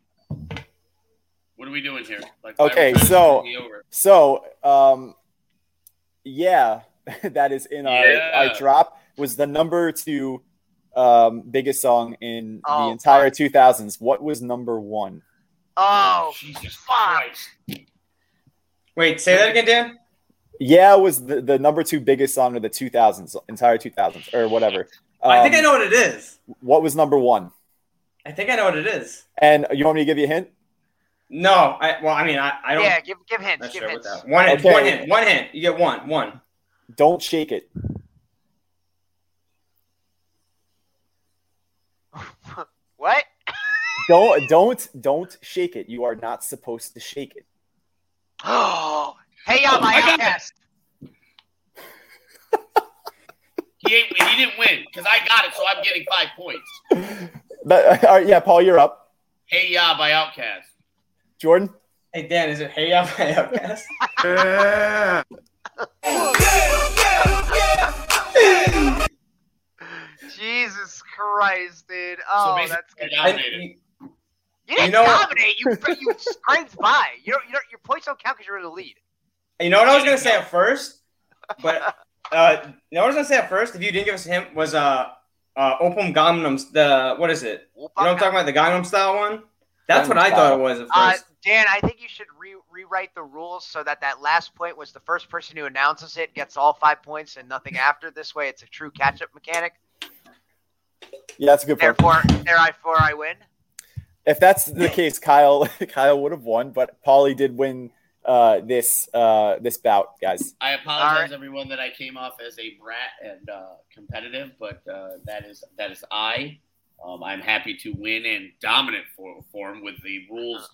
[SPEAKER 3] What are we doing here? Like,
[SPEAKER 4] Okay,
[SPEAKER 3] every time
[SPEAKER 4] so-
[SPEAKER 3] it's gonna be over.
[SPEAKER 4] So, um, yeah, that is in our
[SPEAKER 3] Yeah.
[SPEAKER 4] our drop was the number two um, biggest song in
[SPEAKER 2] Oh,
[SPEAKER 4] the entire two thousands. What was number one?
[SPEAKER 2] Oh,
[SPEAKER 3] Jesus
[SPEAKER 2] fuck.
[SPEAKER 3] Christ!
[SPEAKER 1] Wait, say that again, Dan.
[SPEAKER 4] Yeah, was the, the number two biggest song of the two thousands, entire two thousands or whatever.
[SPEAKER 1] I
[SPEAKER 4] Um,
[SPEAKER 1] think I know what it is.
[SPEAKER 4] what was number one.
[SPEAKER 1] I think I know what it is.
[SPEAKER 4] And you want me to give you a hint?
[SPEAKER 1] No, I well, I mean, I, I don't.
[SPEAKER 2] yeah. Give give
[SPEAKER 1] I'm
[SPEAKER 2] hints.
[SPEAKER 1] not
[SPEAKER 2] Give
[SPEAKER 1] sure with
[SPEAKER 2] hints.
[SPEAKER 1] that. One hint,
[SPEAKER 4] Okay.
[SPEAKER 1] one hint, one hint. You get one, one.
[SPEAKER 4] Don't shake it.
[SPEAKER 2] what?
[SPEAKER 4] don't don't don't shake it. You are not supposed to shake it.
[SPEAKER 2] Oh, hey, y'all, my
[SPEAKER 3] I got
[SPEAKER 2] ass.
[SPEAKER 3] He, ain't, he didn't win because I got it, so I'm getting five points.
[SPEAKER 4] But all right, yeah, Paul, you're up.
[SPEAKER 3] Hey Ya by Outcast.
[SPEAKER 4] Jordan,
[SPEAKER 1] Hey Dan, is it hey up, hey up, guys?
[SPEAKER 2] Jesus Christ, dude. Oh,
[SPEAKER 3] basically,
[SPEAKER 2] that's good.
[SPEAKER 3] I got-
[SPEAKER 1] I-
[SPEAKER 3] Dominated.
[SPEAKER 2] You didn't
[SPEAKER 1] You know what?
[SPEAKER 2] dominate. You you scraped by. You don't, you don't, your points don't count because you're in the lead.
[SPEAKER 1] You know what I was gonna say at first, but uh, you know what I was gonna say at first if you didn't give us him was uh uh Opum Gangnam the what is it?
[SPEAKER 2] Well,
[SPEAKER 1] You know what I'm
[SPEAKER 2] fuck
[SPEAKER 1] talking about the Gangnam Style one? That's what
[SPEAKER 4] Gangnam
[SPEAKER 1] I thought it was at
[SPEAKER 2] Uh,
[SPEAKER 1] first.
[SPEAKER 2] Dan, I think you should re- rewrite the rules so that that last point was the first person who announces it gets all five points and nothing after. This way, it's a true catch-up mechanic.
[SPEAKER 4] yeah, that's a good point.
[SPEAKER 2] Therefore, therefore, I win.
[SPEAKER 4] If that's the case, Kyle Kyle would have won, but Paulie did win uh, this uh, this bout, guys.
[SPEAKER 3] I apologize,
[SPEAKER 2] All right.
[SPEAKER 3] everyone, that I came off as a brat and uh, competitive, but uh, that is that is I. Um, I'm happy to win in dominant for- form with the rules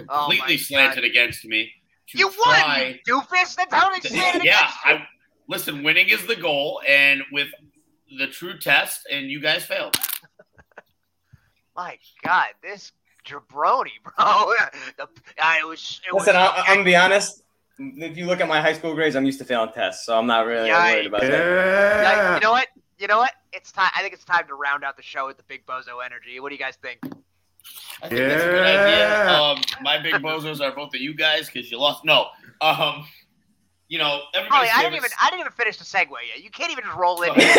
[SPEAKER 2] Oh my
[SPEAKER 3] completely
[SPEAKER 2] God.
[SPEAKER 3] slanted against me. to
[SPEAKER 2] You won,
[SPEAKER 3] try-
[SPEAKER 2] you doofus. That's how they say it
[SPEAKER 3] yeah,
[SPEAKER 2] against you.
[SPEAKER 3] I, listen, winning is the goal, and with the true test, and you guys failed.
[SPEAKER 2] My God, this jabroni, bro. The, I was. It
[SPEAKER 1] Listen, I,
[SPEAKER 2] was,
[SPEAKER 1] I- I'm gonna be honest. If you look at my high school grades, I'm used to failing tests, so I'm not really worried about that.
[SPEAKER 2] Yeah, you know what? You know what? It's time. I think it's time to round out the show with the big bozo energy. What do you guys think?
[SPEAKER 3] I think that's a good idea. Um, my big bozos are both of you guys because you lost. No, um, you know
[SPEAKER 2] Probably,
[SPEAKER 3] everybody.
[SPEAKER 2] I didn't even. I didn't even finish the segue yet. You can't even just roll in.
[SPEAKER 3] Sorry.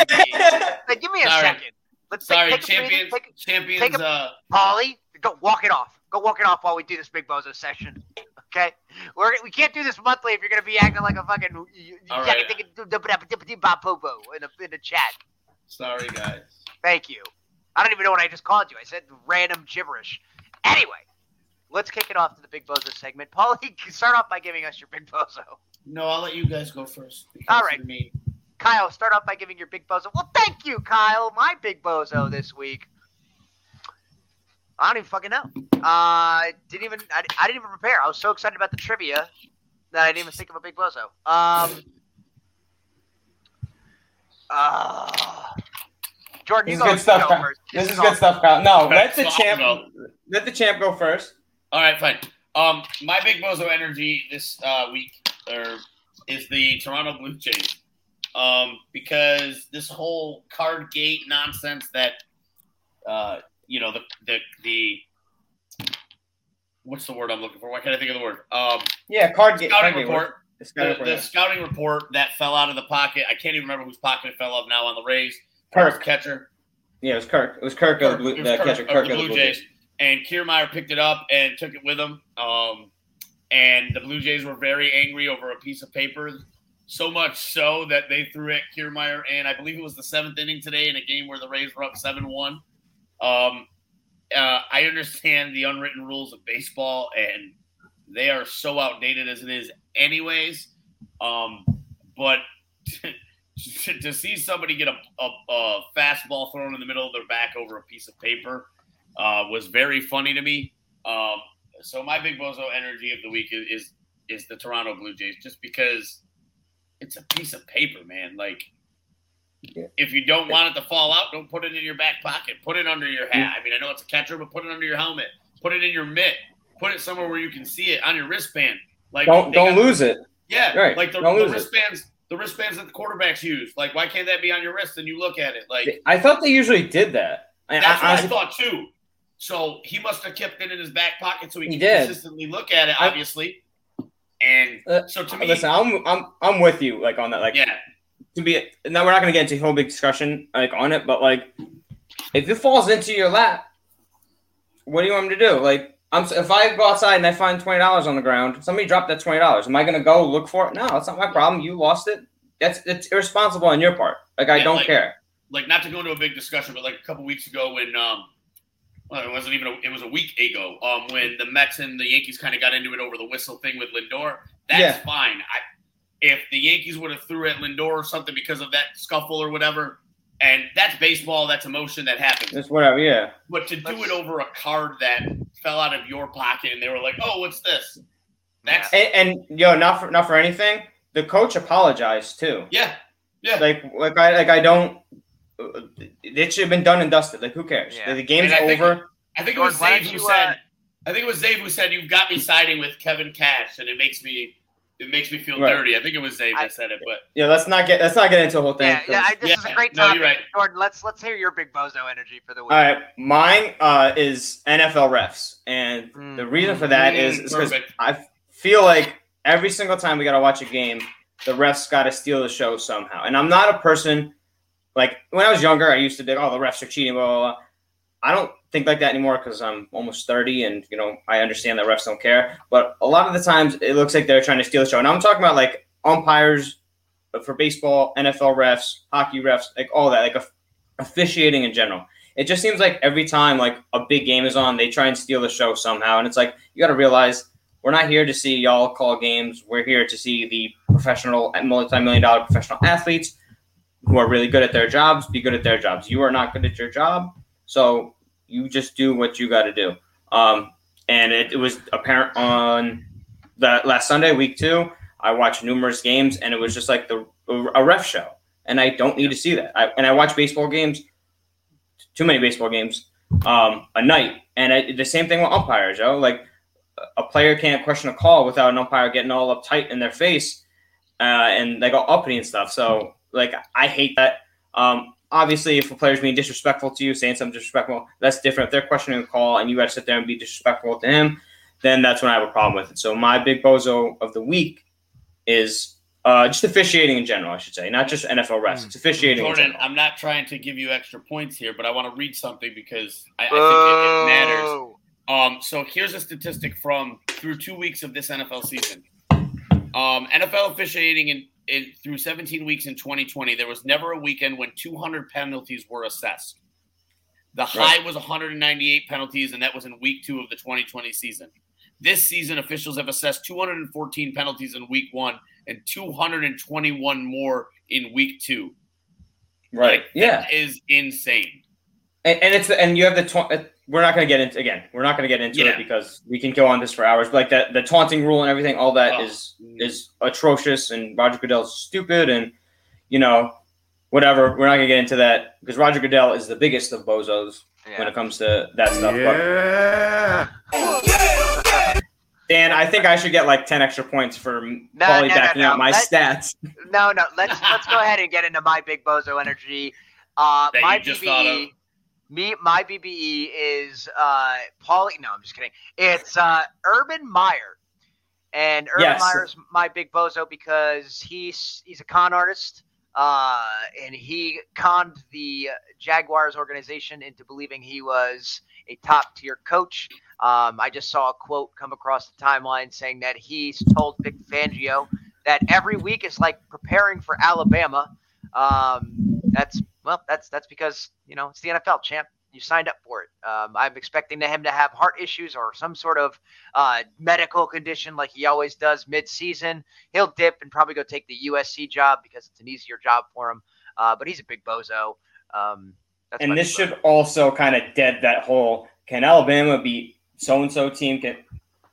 [SPEAKER 2] Like, give me a
[SPEAKER 3] Sorry.
[SPEAKER 2] second. Let's take-
[SPEAKER 3] Sorry,
[SPEAKER 2] take, a breather,
[SPEAKER 3] champions.
[SPEAKER 2] take
[SPEAKER 3] champions.
[SPEAKER 2] take a-
[SPEAKER 3] uh,
[SPEAKER 2] a, Polly, go walk it off. Go walk it off while we do this big bozo session. Okay, we're we can't do this monthly if you're gonna be acting like a fucking you- you
[SPEAKER 3] All
[SPEAKER 2] second
[SPEAKER 3] right.
[SPEAKER 2] thinking do- do- do- do- do- do- bop- bo- bo in the in the chat.
[SPEAKER 3] sorry, guys.
[SPEAKER 2] Thank you. I don't even know what I just called you. I said random gibberish. Anyway, let's kick it off to the big bozo segment. Polly, start off by giving us your big bozo.
[SPEAKER 3] No, I'll let you guys go first. because
[SPEAKER 2] All right.
[SPEAKER 3] you're mean.
[SPEAKER 2] Kyle, start off by giving your big bozo. Well, thank you, Kyle. My big bozo this week. I don't even fucking know. Uh, didn't even I, I didn't even prepare. I was so excited about the trivia that I didn't even think of a big bozo. Um. Uh, Jordan,
[SPEAKER 1] This is
[SPEAKER 2] you go,
[SPEAKER 1] good
[SPEAKER 2] you
[SPEAKER 1] stuff,
[SPEAKER 2] go
[SPEAKER 1] Kyle.
[SPEAKER 2] first.
[SPEAKER 1] This is
[SPEAKER 2] all-
[SPEAKER 1] good stuff, Kyle. No, let the
[SPEAKER 3] So I'll
[SPEAKER 1] champ
[SPEAKER 3] go.
[SPEAKER 1] let the champ go first.
[SPEAKER 3] All right, fine. Um, my big bozo energy this uh, week or is the Toronto Blue Jays. Um, because this whole card gate nonsense that uh, you know the the the what's the word I'm looking for? Why can't I think of the word? Um,
[SPEAKER 1] Yeah, card game.
[SPEAKER 3] scouting
[SPEAKER 1] card game.
[SPEAKER 3] report.
[SPEAKER 1] It's
[SPEAKER 3] The,
[SPEAKER 1] card report,
[SPEAKER 3] the
[SPEAKER 1] yeah.
[SPEAKER 3] scouting report that fell out of the pocket. I can't even remember whose pocket it fell out of now on the Rays.
[SPEAKER 1] Kirk.
[SPEAKER 3] catcher.
[SPEAKER 1] Yeah, it was Kirk. It was Kirk, of the, Blue-
[SPEAKER 3] It was
[SPEAKER 1] the
[SPEAKER 3] Kirk
[SPEAKER 1] uh, catcher.
[SPEAKER 3] of
[SPEAKER 1] Kirk
[SPEAKER 3] the Blue Jays. and Kiermaier picked it up and took it with him. Um, and the Blue Jays were very angry over a piece of paper, so much so that they threw at Kiermaier. And I believe it was the seventh inning today in a game where the Rays were up seven-one. Um, uh, I understand the unwritten rules of baseball, and they are so outdated as it is, anyways. Um, but to, to see somebody get a, a, a fastball thrown in the middle of their back over a piece of paper uh, was very funny to me. Um, so my big bozo energy of the week is, is is the Toronto Blue Jays, just because it's a piece of paper, man. Like if you don't want it to fall out, don't put it in your back pocket. Put it under your hat. I mean, I know it's a catcher, but put it under your helmet. Put it in your mitt. Put it somewhere where you can see it on your wristband. Like
[SPEAKER 1] Don't
[SPEAKER 3] they
[SPEAKER 1] don't
[SPEAKER 3] got-
[SPEAKER 1] lose it.
[SPEAKER 3] yeah,
[SPEAKER 1] Right.
[SPEAKER 3] like the,
[SPEAKER 1] Don't
[SPEAKER 3] the
[SPEAKER 1] lose it.
[SPEAKER 3] wristbands, the wristbands that the quarterbacks use. Like, why can't that be on your wrist and you look at it? Like,
[SPEAKER 1] I thought they usually did that. I,
[SPEAKER 3] that's
[SPEAKER 1] I,
[SPEAKER 3] what I
[SPEAKER 1] honestly,
[SPEAKER 3] thought too. So he must have kept it in his back pocket so he,
[SPEAKER 1] He
[SPEAKER 3] could
[SPEAKER 1] did.
[SPEAKER 3] consistently look at it,
[SPEAKER 1] I-
[SPEAKER 3] obviously. and
[SPEAKER 1] Uh,
[SPEAKER 3] so to me,
[SPEAKER 1] listen, I'm I'm I'm with you like on that. Like
[SPEAKER 3] yeah,
[SPEAKER 1] to be now we're not gonna get into a whole big discussion like on it, but like if it falls into your lap, what do you want me to do? Like I'm s- if I go outside and I find twenty dollars on the ground, somebody dropped that twenty dollars. Am I gonna go look for it? No, it's not my problem. You lost it. That's it's irresponsible on your part. Like I
[SPEAKER 3] Yeah,
[SPEAKER 1] don't
[SPEAKER 3] like-
[SPEAKER 1] care.
[SPEAKER 3] like not to go into a big discussion, but like a couple weeks ago when um well, it wasn't even a, it was a week ago um when the Mets and the Yankees kind of got into it over the whistle thing with Lindor. That's
[SPEAKER 1] Yeah.
[SPEAKER 3] fine. I if the Yankees would have threw at Lindor or something because of that scuffle or whatever, and that's baseball. That's a motion that happens.
[SPEAKER 1] Just whatever. Yeah.
[SPEAKER 3] But to do it over a card that fell out of your pocket and they were like, "Oh, what's this?" That's
[SPEAKER 1] And, and yo, not for not for anything. The coach apologized too.
[SPEAKER 3] yeah, yeah.
[SPEAKER 1] Like like I like I don't. uh, It should have been done and dusted. Like who cares?
[SPEAKER 2] Yeah.
[SPEAKER 1] The game's
[SPEAKER 3] And I think-
[SPEAKER 1] over.
[SPEAKER 3] I think it was
[SPEAKER 2] George, why
[SPEAKER 3] Zabe
[SPEAKER 2] don't
[SPEAKER 3] who
[SPEAKER 2] you,
[SPEAKER 3] said.
[SPEAKER 2] uh,
[SPEAKER 3] I think it was Zabe who said, "You've got me siding with Kevin Cash," and it makes me it makes me feel
[SPEAKER 1] Right.
[SPEAKER 3] dirty. I think it was Zabe
[SPEAKER 2] I-
[SPEAKER 3] that said it, but
[SPEAKER 1] Yeah, let's not get let's not get into the whole thing.
[SPEAKER 2] Yeah, yeah. I,
[SPEAKER 1] 'cause-
[SPEAKER 2] this is a
[SPEAKER 3] Yeah,
[SPEAKER 2] great
[SPEAKER 3] no,
[SPEAKER 2] topic,
[SPEAKER 3] you're right.
[SPEAKER 2] Jordan. Let's let's hear your big bozo energy for the week.
[SPEAKER 1] All right, mine uh, is NFL refs, and the reason for that is
[SPEAKER 3] Mm,
[SPEAKER 1] because
[SPEAKER 3] perfect.
[SPEAKER 1] I feel like every single time we got to watch a game, the refs got to steal the show somehow. And I'm not a person like when I was younger, I used to think, "Oh, the refs are cheating." Blah blah. blah. I don't think like that anymore because I'm almost 30, and you know I understand that refs don't care. But a lot of the times, it looks like they're trying to steal the show, and I'm talking about like umpires for baseball, NFL refs, hockey refs, like all that, like a, officiating in general. It just seems like every time like a big game is on, they try and steal the show somehow, and it's like you got to realize we're not here to see y'all call games. We're here to see the professional, multi-million dollar professional athletes who are really good at their jobs be good at their jobs. You are not good at your job, so you just do what you got to do. Um, and it, it was apparent on the last Sunday, week two. I watched numerous games, and it was just like the a ref show, and I don't need to see that. I, and I watch baseball games, too many baseball games um, a night, and I, the same thing with umpires. Yo, like a player can't question a call without an umpire getting all uptight in their face uh, and like all uppity and stuff. So like I hate that. Um, obviously, if a player's being disrespectful to you, saying something disrespectful, that's different. If they're questioning a call and you got to sit there and be disrespectful to him, then that's when I have a problem with it. So my big bozo of the week is uh, just officiating in general. I should say, not just NFL refs. It's officiating. in
[SPEAKER 3] Jordan,
[SPEAKER 1] general.
[SPEAKER 3] I'm not trying to give you extra points here, but I want to read something because I, I think
[SPEAKER 2] Uh,
[SPEAKER 3] it, it matters.
[SPEAKER 2] Boo.
[SPEAKER 3] Um, so here's a statistic from through two weeks of this NFL season. Um, NFL officiating in, in through 17 weeks in 2020, there was never a weekend when 200 penalties were assessed. The high was 198 penalties, and that was in week two of the 2020 season. This season, officials have assessed 214 penalties in week one and 221 more in week two.
[SPEAKER 1] right? Yeah.
[SPEAKER 3] That is insane.
[SPEAKER 1] And, and it's and you have the ta- we're not going to get into again. We're not going to get into
[SPEAKER 3] Yeah.
[SPEAKER 1] it because we can go on this for hours. But like that, the taunting rule and everything, all that
[SPEAKER 3] Oh.
[SPEAKER 1] is is atrocious. And Roger Goodell's stupid, and you know, whatever. We're not going to get into that because Roger Goodell is the biggest of bozos when
[SPEAKER 2] Yeah.
[SPEAKER 1] it comes to that stuff. Yeah. Dan, I think I should get like ten extra points for
[SPEAKER 2] No,
[SPEAKER 1] probably
[SPEAKER 2] no, no,
[SPEAKER 1] backing
[SPEAKER 2] no.
[SPEAKER 1] up my
[SPEAKER 2] Let-
[SPEAKER 1] stats.
[SPEAKER 2] No, no. Let's let's go ahead and get into my big bozo energy. Uh,
[SPEAKER 3] That
[SPEAKER 2] my
[SPEAKER 3] you just thought
[SPEAKER 2] BBE, me, my BBE is uh, Paul. No, I'm just kidding. It's uh, Urban Meyer, and Urban
[SPEAKER 1] Yes.
[SPEAKER 2] Meyer's my big bozo because he's he's a con artist, uh, and he conned the Jaguars organization into believing he was a top tier coach. Um, I just saw a quote come across the timeline saying that he's told Vic Fangio that every week is like preparing for Alabama. Um, that's well, that's that's because you know it's the NFL champ. You signed up for it. Um, I'm expecting him to have heart issues or some sort of uh, medical condition, like he always does mid-season. He'll dip and probably go take the USC job because it's an easier job for him. Uh, but he's a big bozo. Um, that's my
[SPEAKER 1] and this
[SPEAKER 2] big bozo.
[SPEAKER 1] should also kind of dead that whole can Alabama beat so and so team? Can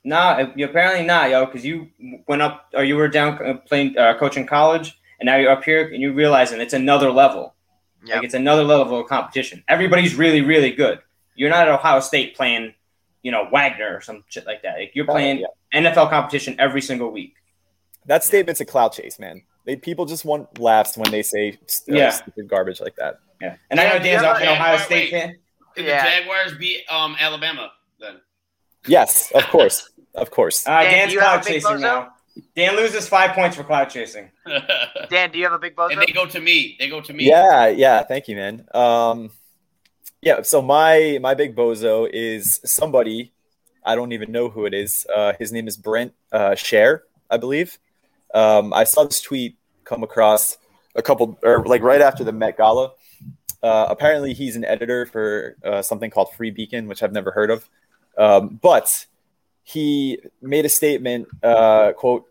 [SPEAKER 1] nah, you apparently not, yo, because you went up or you were down uh, playing uh, coaching college, and now you're up here and you're realizing it's another level.
[SPEAKER 2] Yep.
[SPEAKER 1] Like it's another level of competition. Everybody's really, really good. You're not at Ohio State playing, you know, Wagner or some shit like that. Like you're playing
[SPEAKER 4] Yeah.
[SPEAKER 1] NFL competition every single week.
[SPEAKER 4] That statement's a clout chase, man. They, people just want laughs when they say st- uh,
[SPEAKER 1] Yeah.
[SPEAKER 4] stupid garbage like that.
[SPEAKER 1] Yeah, and I know
[SPEAKER 3] Yeah,
[SPEAKER 1] Dan's
[SPEAKER 3] yeah,
[SPEAKER 1] up an
[SPEAKER 3] yeah,
[SPEAKER 1] Ohio
[SPEAKER 3] wait,
[SPEAKER 1] State
[SPEAKER 3] wait.
[SPEAKER 1] fan.
[SPEAKER 3] Did
[SPEAKER 2] Yeah.
[SPEAKER 3] the Jaguars beat um, Alabama then?
[SPEAKER 4] Yes, of course, of course.
[SPEAKER 1] Uh,
[SPEAKER 2] Dan, do
[SPEAKER 1] Dan's
[SPEAKER 2] you have
[SPEAKER 1] cloud
[SPEAKER 2] a big
[SPEAKER 1] chasing
[SPEAKER 2] bozo?
[SPEAKER 1] now. Dan loses five points for cloud chasing.
[SPEAKER 2] Dan, do you have a big bozo?
[SPEAKER 3] and they go to me. They go to me.
[SPEAKER 4] Yeah, yeah. Thank you, man. Um, yeah. So my my big bozo is somebody I don't even know who it is. Uh, his name is Brent uh, Share, I believe. Um, I saw this tweet come across a couple or like right after the Met Gala. Uh, apparently, he's an editor for uh, something called Free Beacon, which I've never heard of. Um, but he made a statement. Uh, quote: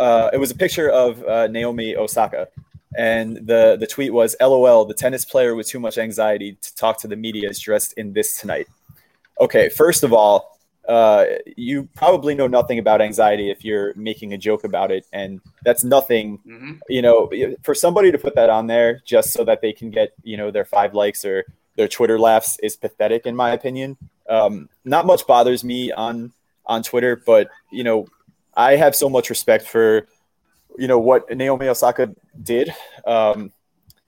[SPEAKER 4] uh, It was a picture of uh, Naomi Osaka and the the tweet was lol the tennis player with too much anxiety to talk to the media is dressed in this tonight okay first of all uh, you probably know nothing about anxiety if you're making a joke about it and that's nothing
[SPEAKER 3] Mhm.
[SPEAKER 4] you know for somebody to put that on there just so that they can get you know their five likes or their twitter laughs is pathetic in my opinion um, not much bothers me on on twitter but you know i have so much respect for you know what naomi osaka did um,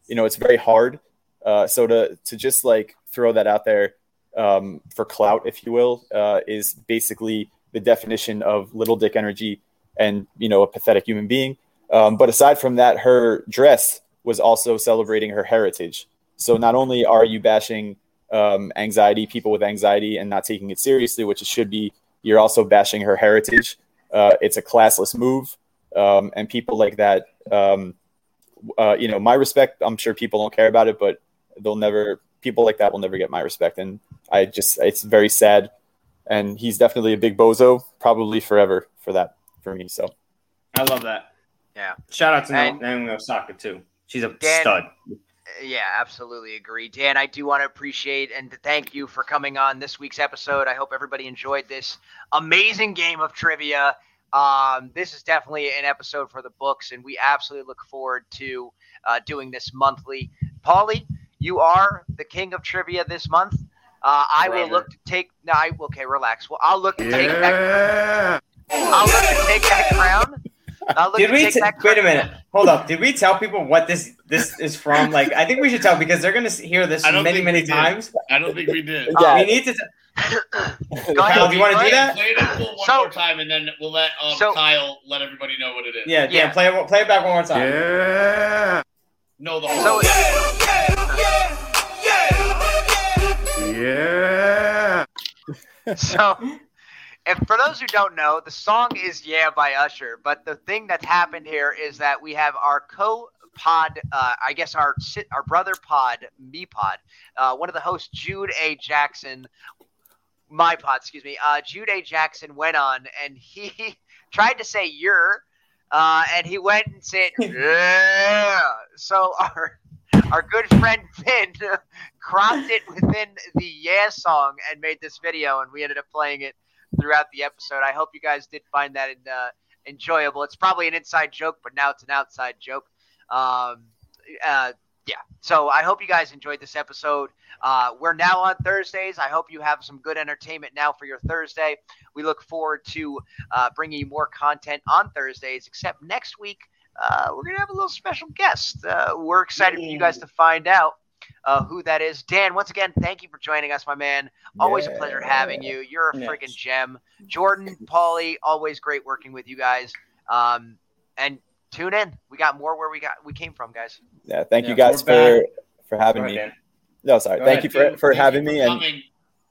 [SPEAKER 4] you know it's very hard uh, so to to just like throw that out there um, for clout if you will uh, is basically the definition of little dick energy and you know a pathetic human being um, but aside from that, her dress was also celebrating her heritage. So not only are you bashing um, anxiety, people with anxiety, and not taking it seriously, which it should be, you're also bashing her heritage. Uh, it's a classless move, um, and people like that. Um, uh, you know, my respect. I'm sure people don't care about it, but they'll never. People like that will never get my respect, and I just. It's very sad, and he's definitely a big bozo, probably forever for that for me. So.
[SPEAKER 1] I love that.
[SPEAKER 2] Yeah.
[SPEAKER 1] Shout out to
[SPEAKER 2] And-
[SPEAKER 1] Naomi Osaka too. She's a
[SPEAKER 2] Dan-
[SPEAKER 1] stud.
[SPEAKER 2] Yeah, absolutely agree. Dan, I do want to appreciate and to thank you for coming on this week's episode. I hope everybody enjoyed this amazing game of trivia. Um, this is definitely an episode for the books, and we absolutely look forward to uh, doing this monthly. Paulie, you are the king of trivia this month. Uh, I will
[SPEAKER 3] Forever.
[SPEAKER 2] look to take. No, I okay, relax. Well, I'll look to take that.
[SPEAKER 3] Yeah.
[SPEAKER 2] I'll look to take that crown. I'll look
[SPEAKER 1] Did
[SPEAKER 2] to
[SPEAKER 1] we
[SPEAKER 2] take
[SPEAKER 1] t-
[SPEAKER 2] that
[SPEAKER 1] wait a
[SPEAKER 2] crown.
[SPEAKER 1] minute? Hold up. Did we tell people what this this is from? Like, I think we should tell because they're gonna s- hear this
[SPEAKER 3] I don't
[SPEAKER 1] many
[SPEAKER 3] think
[SPEAKER 1] many
[SPEAKER 3] we did.
[SPEAKER 1] times.
[SPEAKER 3] I don't think we did.
[SPEAKER 4] Yeah.
[SPEAKER 1] We need to. T-
[SPEAKER 2] Go ahead.
[SPEAKER 1] Kyle, do you want to do
[SPEAKER 2] Right.
[SPEAKER 1] that?
[SPEAKER 3] Play it full one
[SPEAKER 2] So-
[SPEAKER 3] more time, and then we'll let um,
[SPEAKER 2] So-
[SPEAKER 3] Kyle let everybody know what it is.
[SPEAKER 1] Yeah, yeah.
[SPEAKER 2] Yeah.
[SPEAKER 1] Play it. Play it back one more time.
[SPEAKER 3] Yeah. No, the
[SPEAKER 2] So
[SPEAKER 3] whole.
[SPEAKER 2] it's-
[SPEAKER 3] yeah.
[SPEAKER 2] so and for those who don't know the song is yeah by usher but the thing that's happened here is that we have our co pod uh, i guess our si- our brother pod me pod uh, one of the hosts jude a jackson my pod excuse me uh, jude a jackson went on and he tried to say you're uh, and he went and said yeah so our our good friend finn cropped it within the Yeah song and made this video, and we ended up playing it throughout the episode. I hope you guys did find that uh, enjoyable. It's probably an inside joke, but now it's an outside joke. Um, uh, yeah. So I hope you guys enjoyed this episode. Uh, we're now on Thursdays. I hope you have some good entertainment now for your Thursday. We look forward to uh, bringing you more content on Thursdays, except next week. Uh, we're going to have a little special guest. Uh, we're excited for you guys to find out uh, who that is. Dan, once again, thank you for joining us, my man. Always a pleasure having you. You're a
[SPEAKER 1] Yes.
[SPEAKER 2] freaking gem. Jordan, Paulie, always great working with you guys. Um, and tune in. We got more where we got we came from, guys.
[SPEAKER 4] Yeah, thank
[SPEAKER 1] Yeah,
[SPEAKER 4] you guys
[SPEAKER 1] we're
[SPEAKER 4] for for having
[SPEAKER 1] Go
[SPEAKER 4] me.
[SPEAKER 1] ahead, Dan.
[SPEAKER 4] No, sorry.
[SPEAKER 1] Go
[SPEAKER 4] thank
[SPEAKER 1] ahead,
[SPEAKER 4] you for, for having me. And
[SPEAKER 3] coming.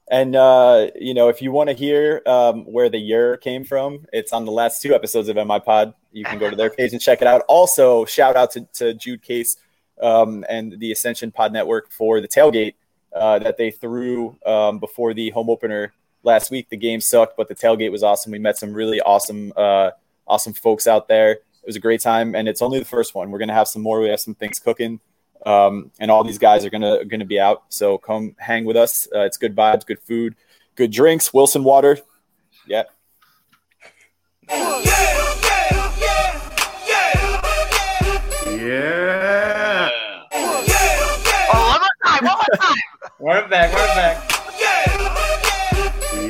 [SPEAKER 4] and uh, you know, if you want to hear um, where the year came from, it's on the last two episodes of MI Pod. You can go to their page and check it out. Also, shout out to, to Jude Case um, and the Ascension Pod Network for the tailgate uh, that they threw um, before the home opener last week. The game sucked, but the tailgate was awesome. We met some really awesome, uh, awesome folks out there. It was a great time, and it's only the first one. We're gonna have some more. We have some things cooking, um, and all these guys are gonna gonna be out. So come hang with us. Uh, it's good vibes, good food, good drinks. Wilson water. Yeah,
[SPEAKER 3] Yeah.
[SPEAKER 2] Oh, one more time, one more time.
[SPEAKER 1] We're back. We're back.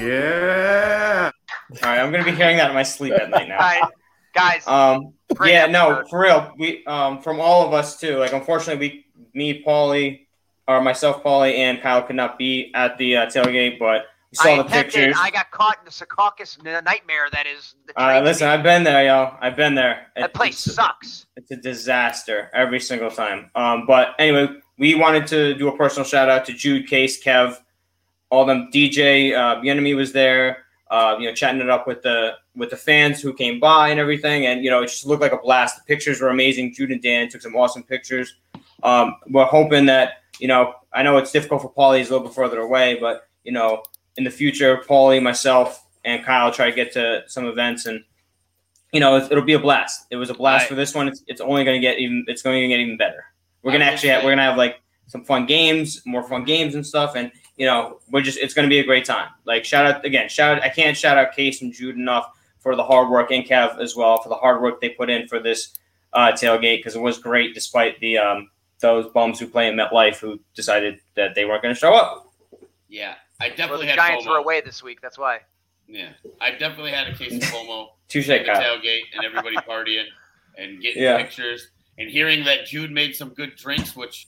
[SPEAKER 3] Yeah.
[SPEAKER 1] All right. I'm gonna be hearing that in my sleep at night now.
[SPEAKER 2] All right, guys.
[SPEAKER 1] Um,
[SPEAKER 2] Great
[SPEAKER 1] yeah, no,
[SPEAKER 2] episode.
[SPEAKER 1] for real. We um, from all of us too. Like, unfortunately, we, me, Paulie, or myself, Paulie, and Kyle could not be at the uh, tailgate, but we saw
[SPEAKER 2] I
[SPEAKER 1] the
[SPEAKER 2] attempted-
[SPEAKER 1] pictures.
[SPEAKER 2] I got caught in the Secaucus n- nightmare that is the
[SPEAKER 1] uh, listen, I've been there, y'all. I've been there.
[SPEAKER 2] that
[SPEAKER 1] It-
[SPEAKER 2] place
[SPEAKER 1] it's-
[SPEAKER 2] sucks.
[SPEAKER 1] it's a disaster every single time. Um, but anyway, we wanted to do a personal shout out to Jude, Case, Kev, all them. DJ uh, Enemy was there, uh, you know, chatting it up with the with the fans who came by and everything, and you know, it just looked like a blast. The pictures were amazing. Jude and Dan took some awesome pictures. Um, we're hoping that you know, I know it's difficult for Paulie; he's a little bit further away, but you know, in the future, Paulie, myself, and Kyle try to get to some events and you know, it's, it'll be a blast. It was a blast
[SPEAKER 3] Right.
[SPEAKER 1] for this one. It's, it's only going to get even. It's going to get even better. We're gonna
[SPEAKER 3] I will
[SPEAKER 1] actually have,
[SPEAKER 3] say-
[SPEAKER 1] we're gonna have like some fun games, more fun games and stuff, and you know, we're just it's gonna be a great time. Like shout out again, shout out. I can't shout out Case and Jude enough for the hard work and Kev as well for the hard work they put in for this uh, tailgate because it was great despite the um, those bums who play in MetLife who decided that they weren't going to show up.
[SPEAKER 3] Yeah, I
[SPEAKER 2] Well, the
[SPEAKER 3] definitely had
[SPEAKER 2] Giants
[SPEAKER 3] FOMO.
[SPEAKER 2] were away this week. That's why.
[SPEAKER 3] Yeah, I definitely had a case of FOMO
[SPEAKER 1] Touche,
[SPEAKER 3] at the
[SPEAKER 1] Kyle.
[SPEAKER 3] tailgate and everybody partying and getting
[SPEAKER 1] Yeah.
[SPEAKER 3] pictures and hearing that Jude made some good drinks, which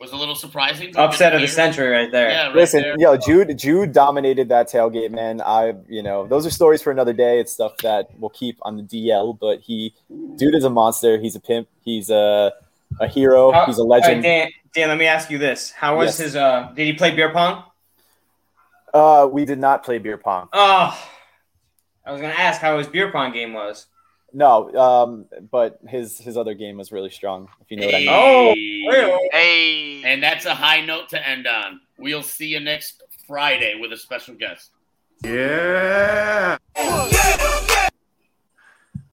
[SPEAKER 3] was a little surprising. to
[SPEAKER 1] Upset of
[SPEAKER 3] hear.
[SPEAKER 1] the century right there.
[SPEAKER 3] Yeah, right
[SPEAKER 4] Listen,
[SPEAKER 3] there.
[SPEAKER 4] yo, Jude, Jude dominated that tailgate, man. I, you know, those are stories for another day. It's stuff that we'll keep on the DL. But he, dude, is a monster. He's a pimp. He's a, a hero.
[SPEAKER 3] Uh,
[SPEAKER 1] How-
[SPEAKER 4] He's a
[SPEAKER 1] All right,
[SPEAKER 4] legend.
[SPEAKER 1] Dan, Dan, let me ask you this: How was
[SPEAKER 4] Yes.
[SPEAKER 1] his? Uh, did he play beer pong?
[SPEAKER 4] Uh, we did not play beer pong.
[SPEAKER 1] Oh, I was gonna ask how his beer pong game was.
[SPEAKER 4] No, um, but his his other game was really strong. If you know what I mean.
[SPEAKER 1] Oh,
[SPEAKER 2] Hey.
[SPEAKER 3] And that's a high note to end on. We'll see you next Friday with a special guest.
[SPEAKER 5] Yeah.
[SPEAKER 6] Yeah.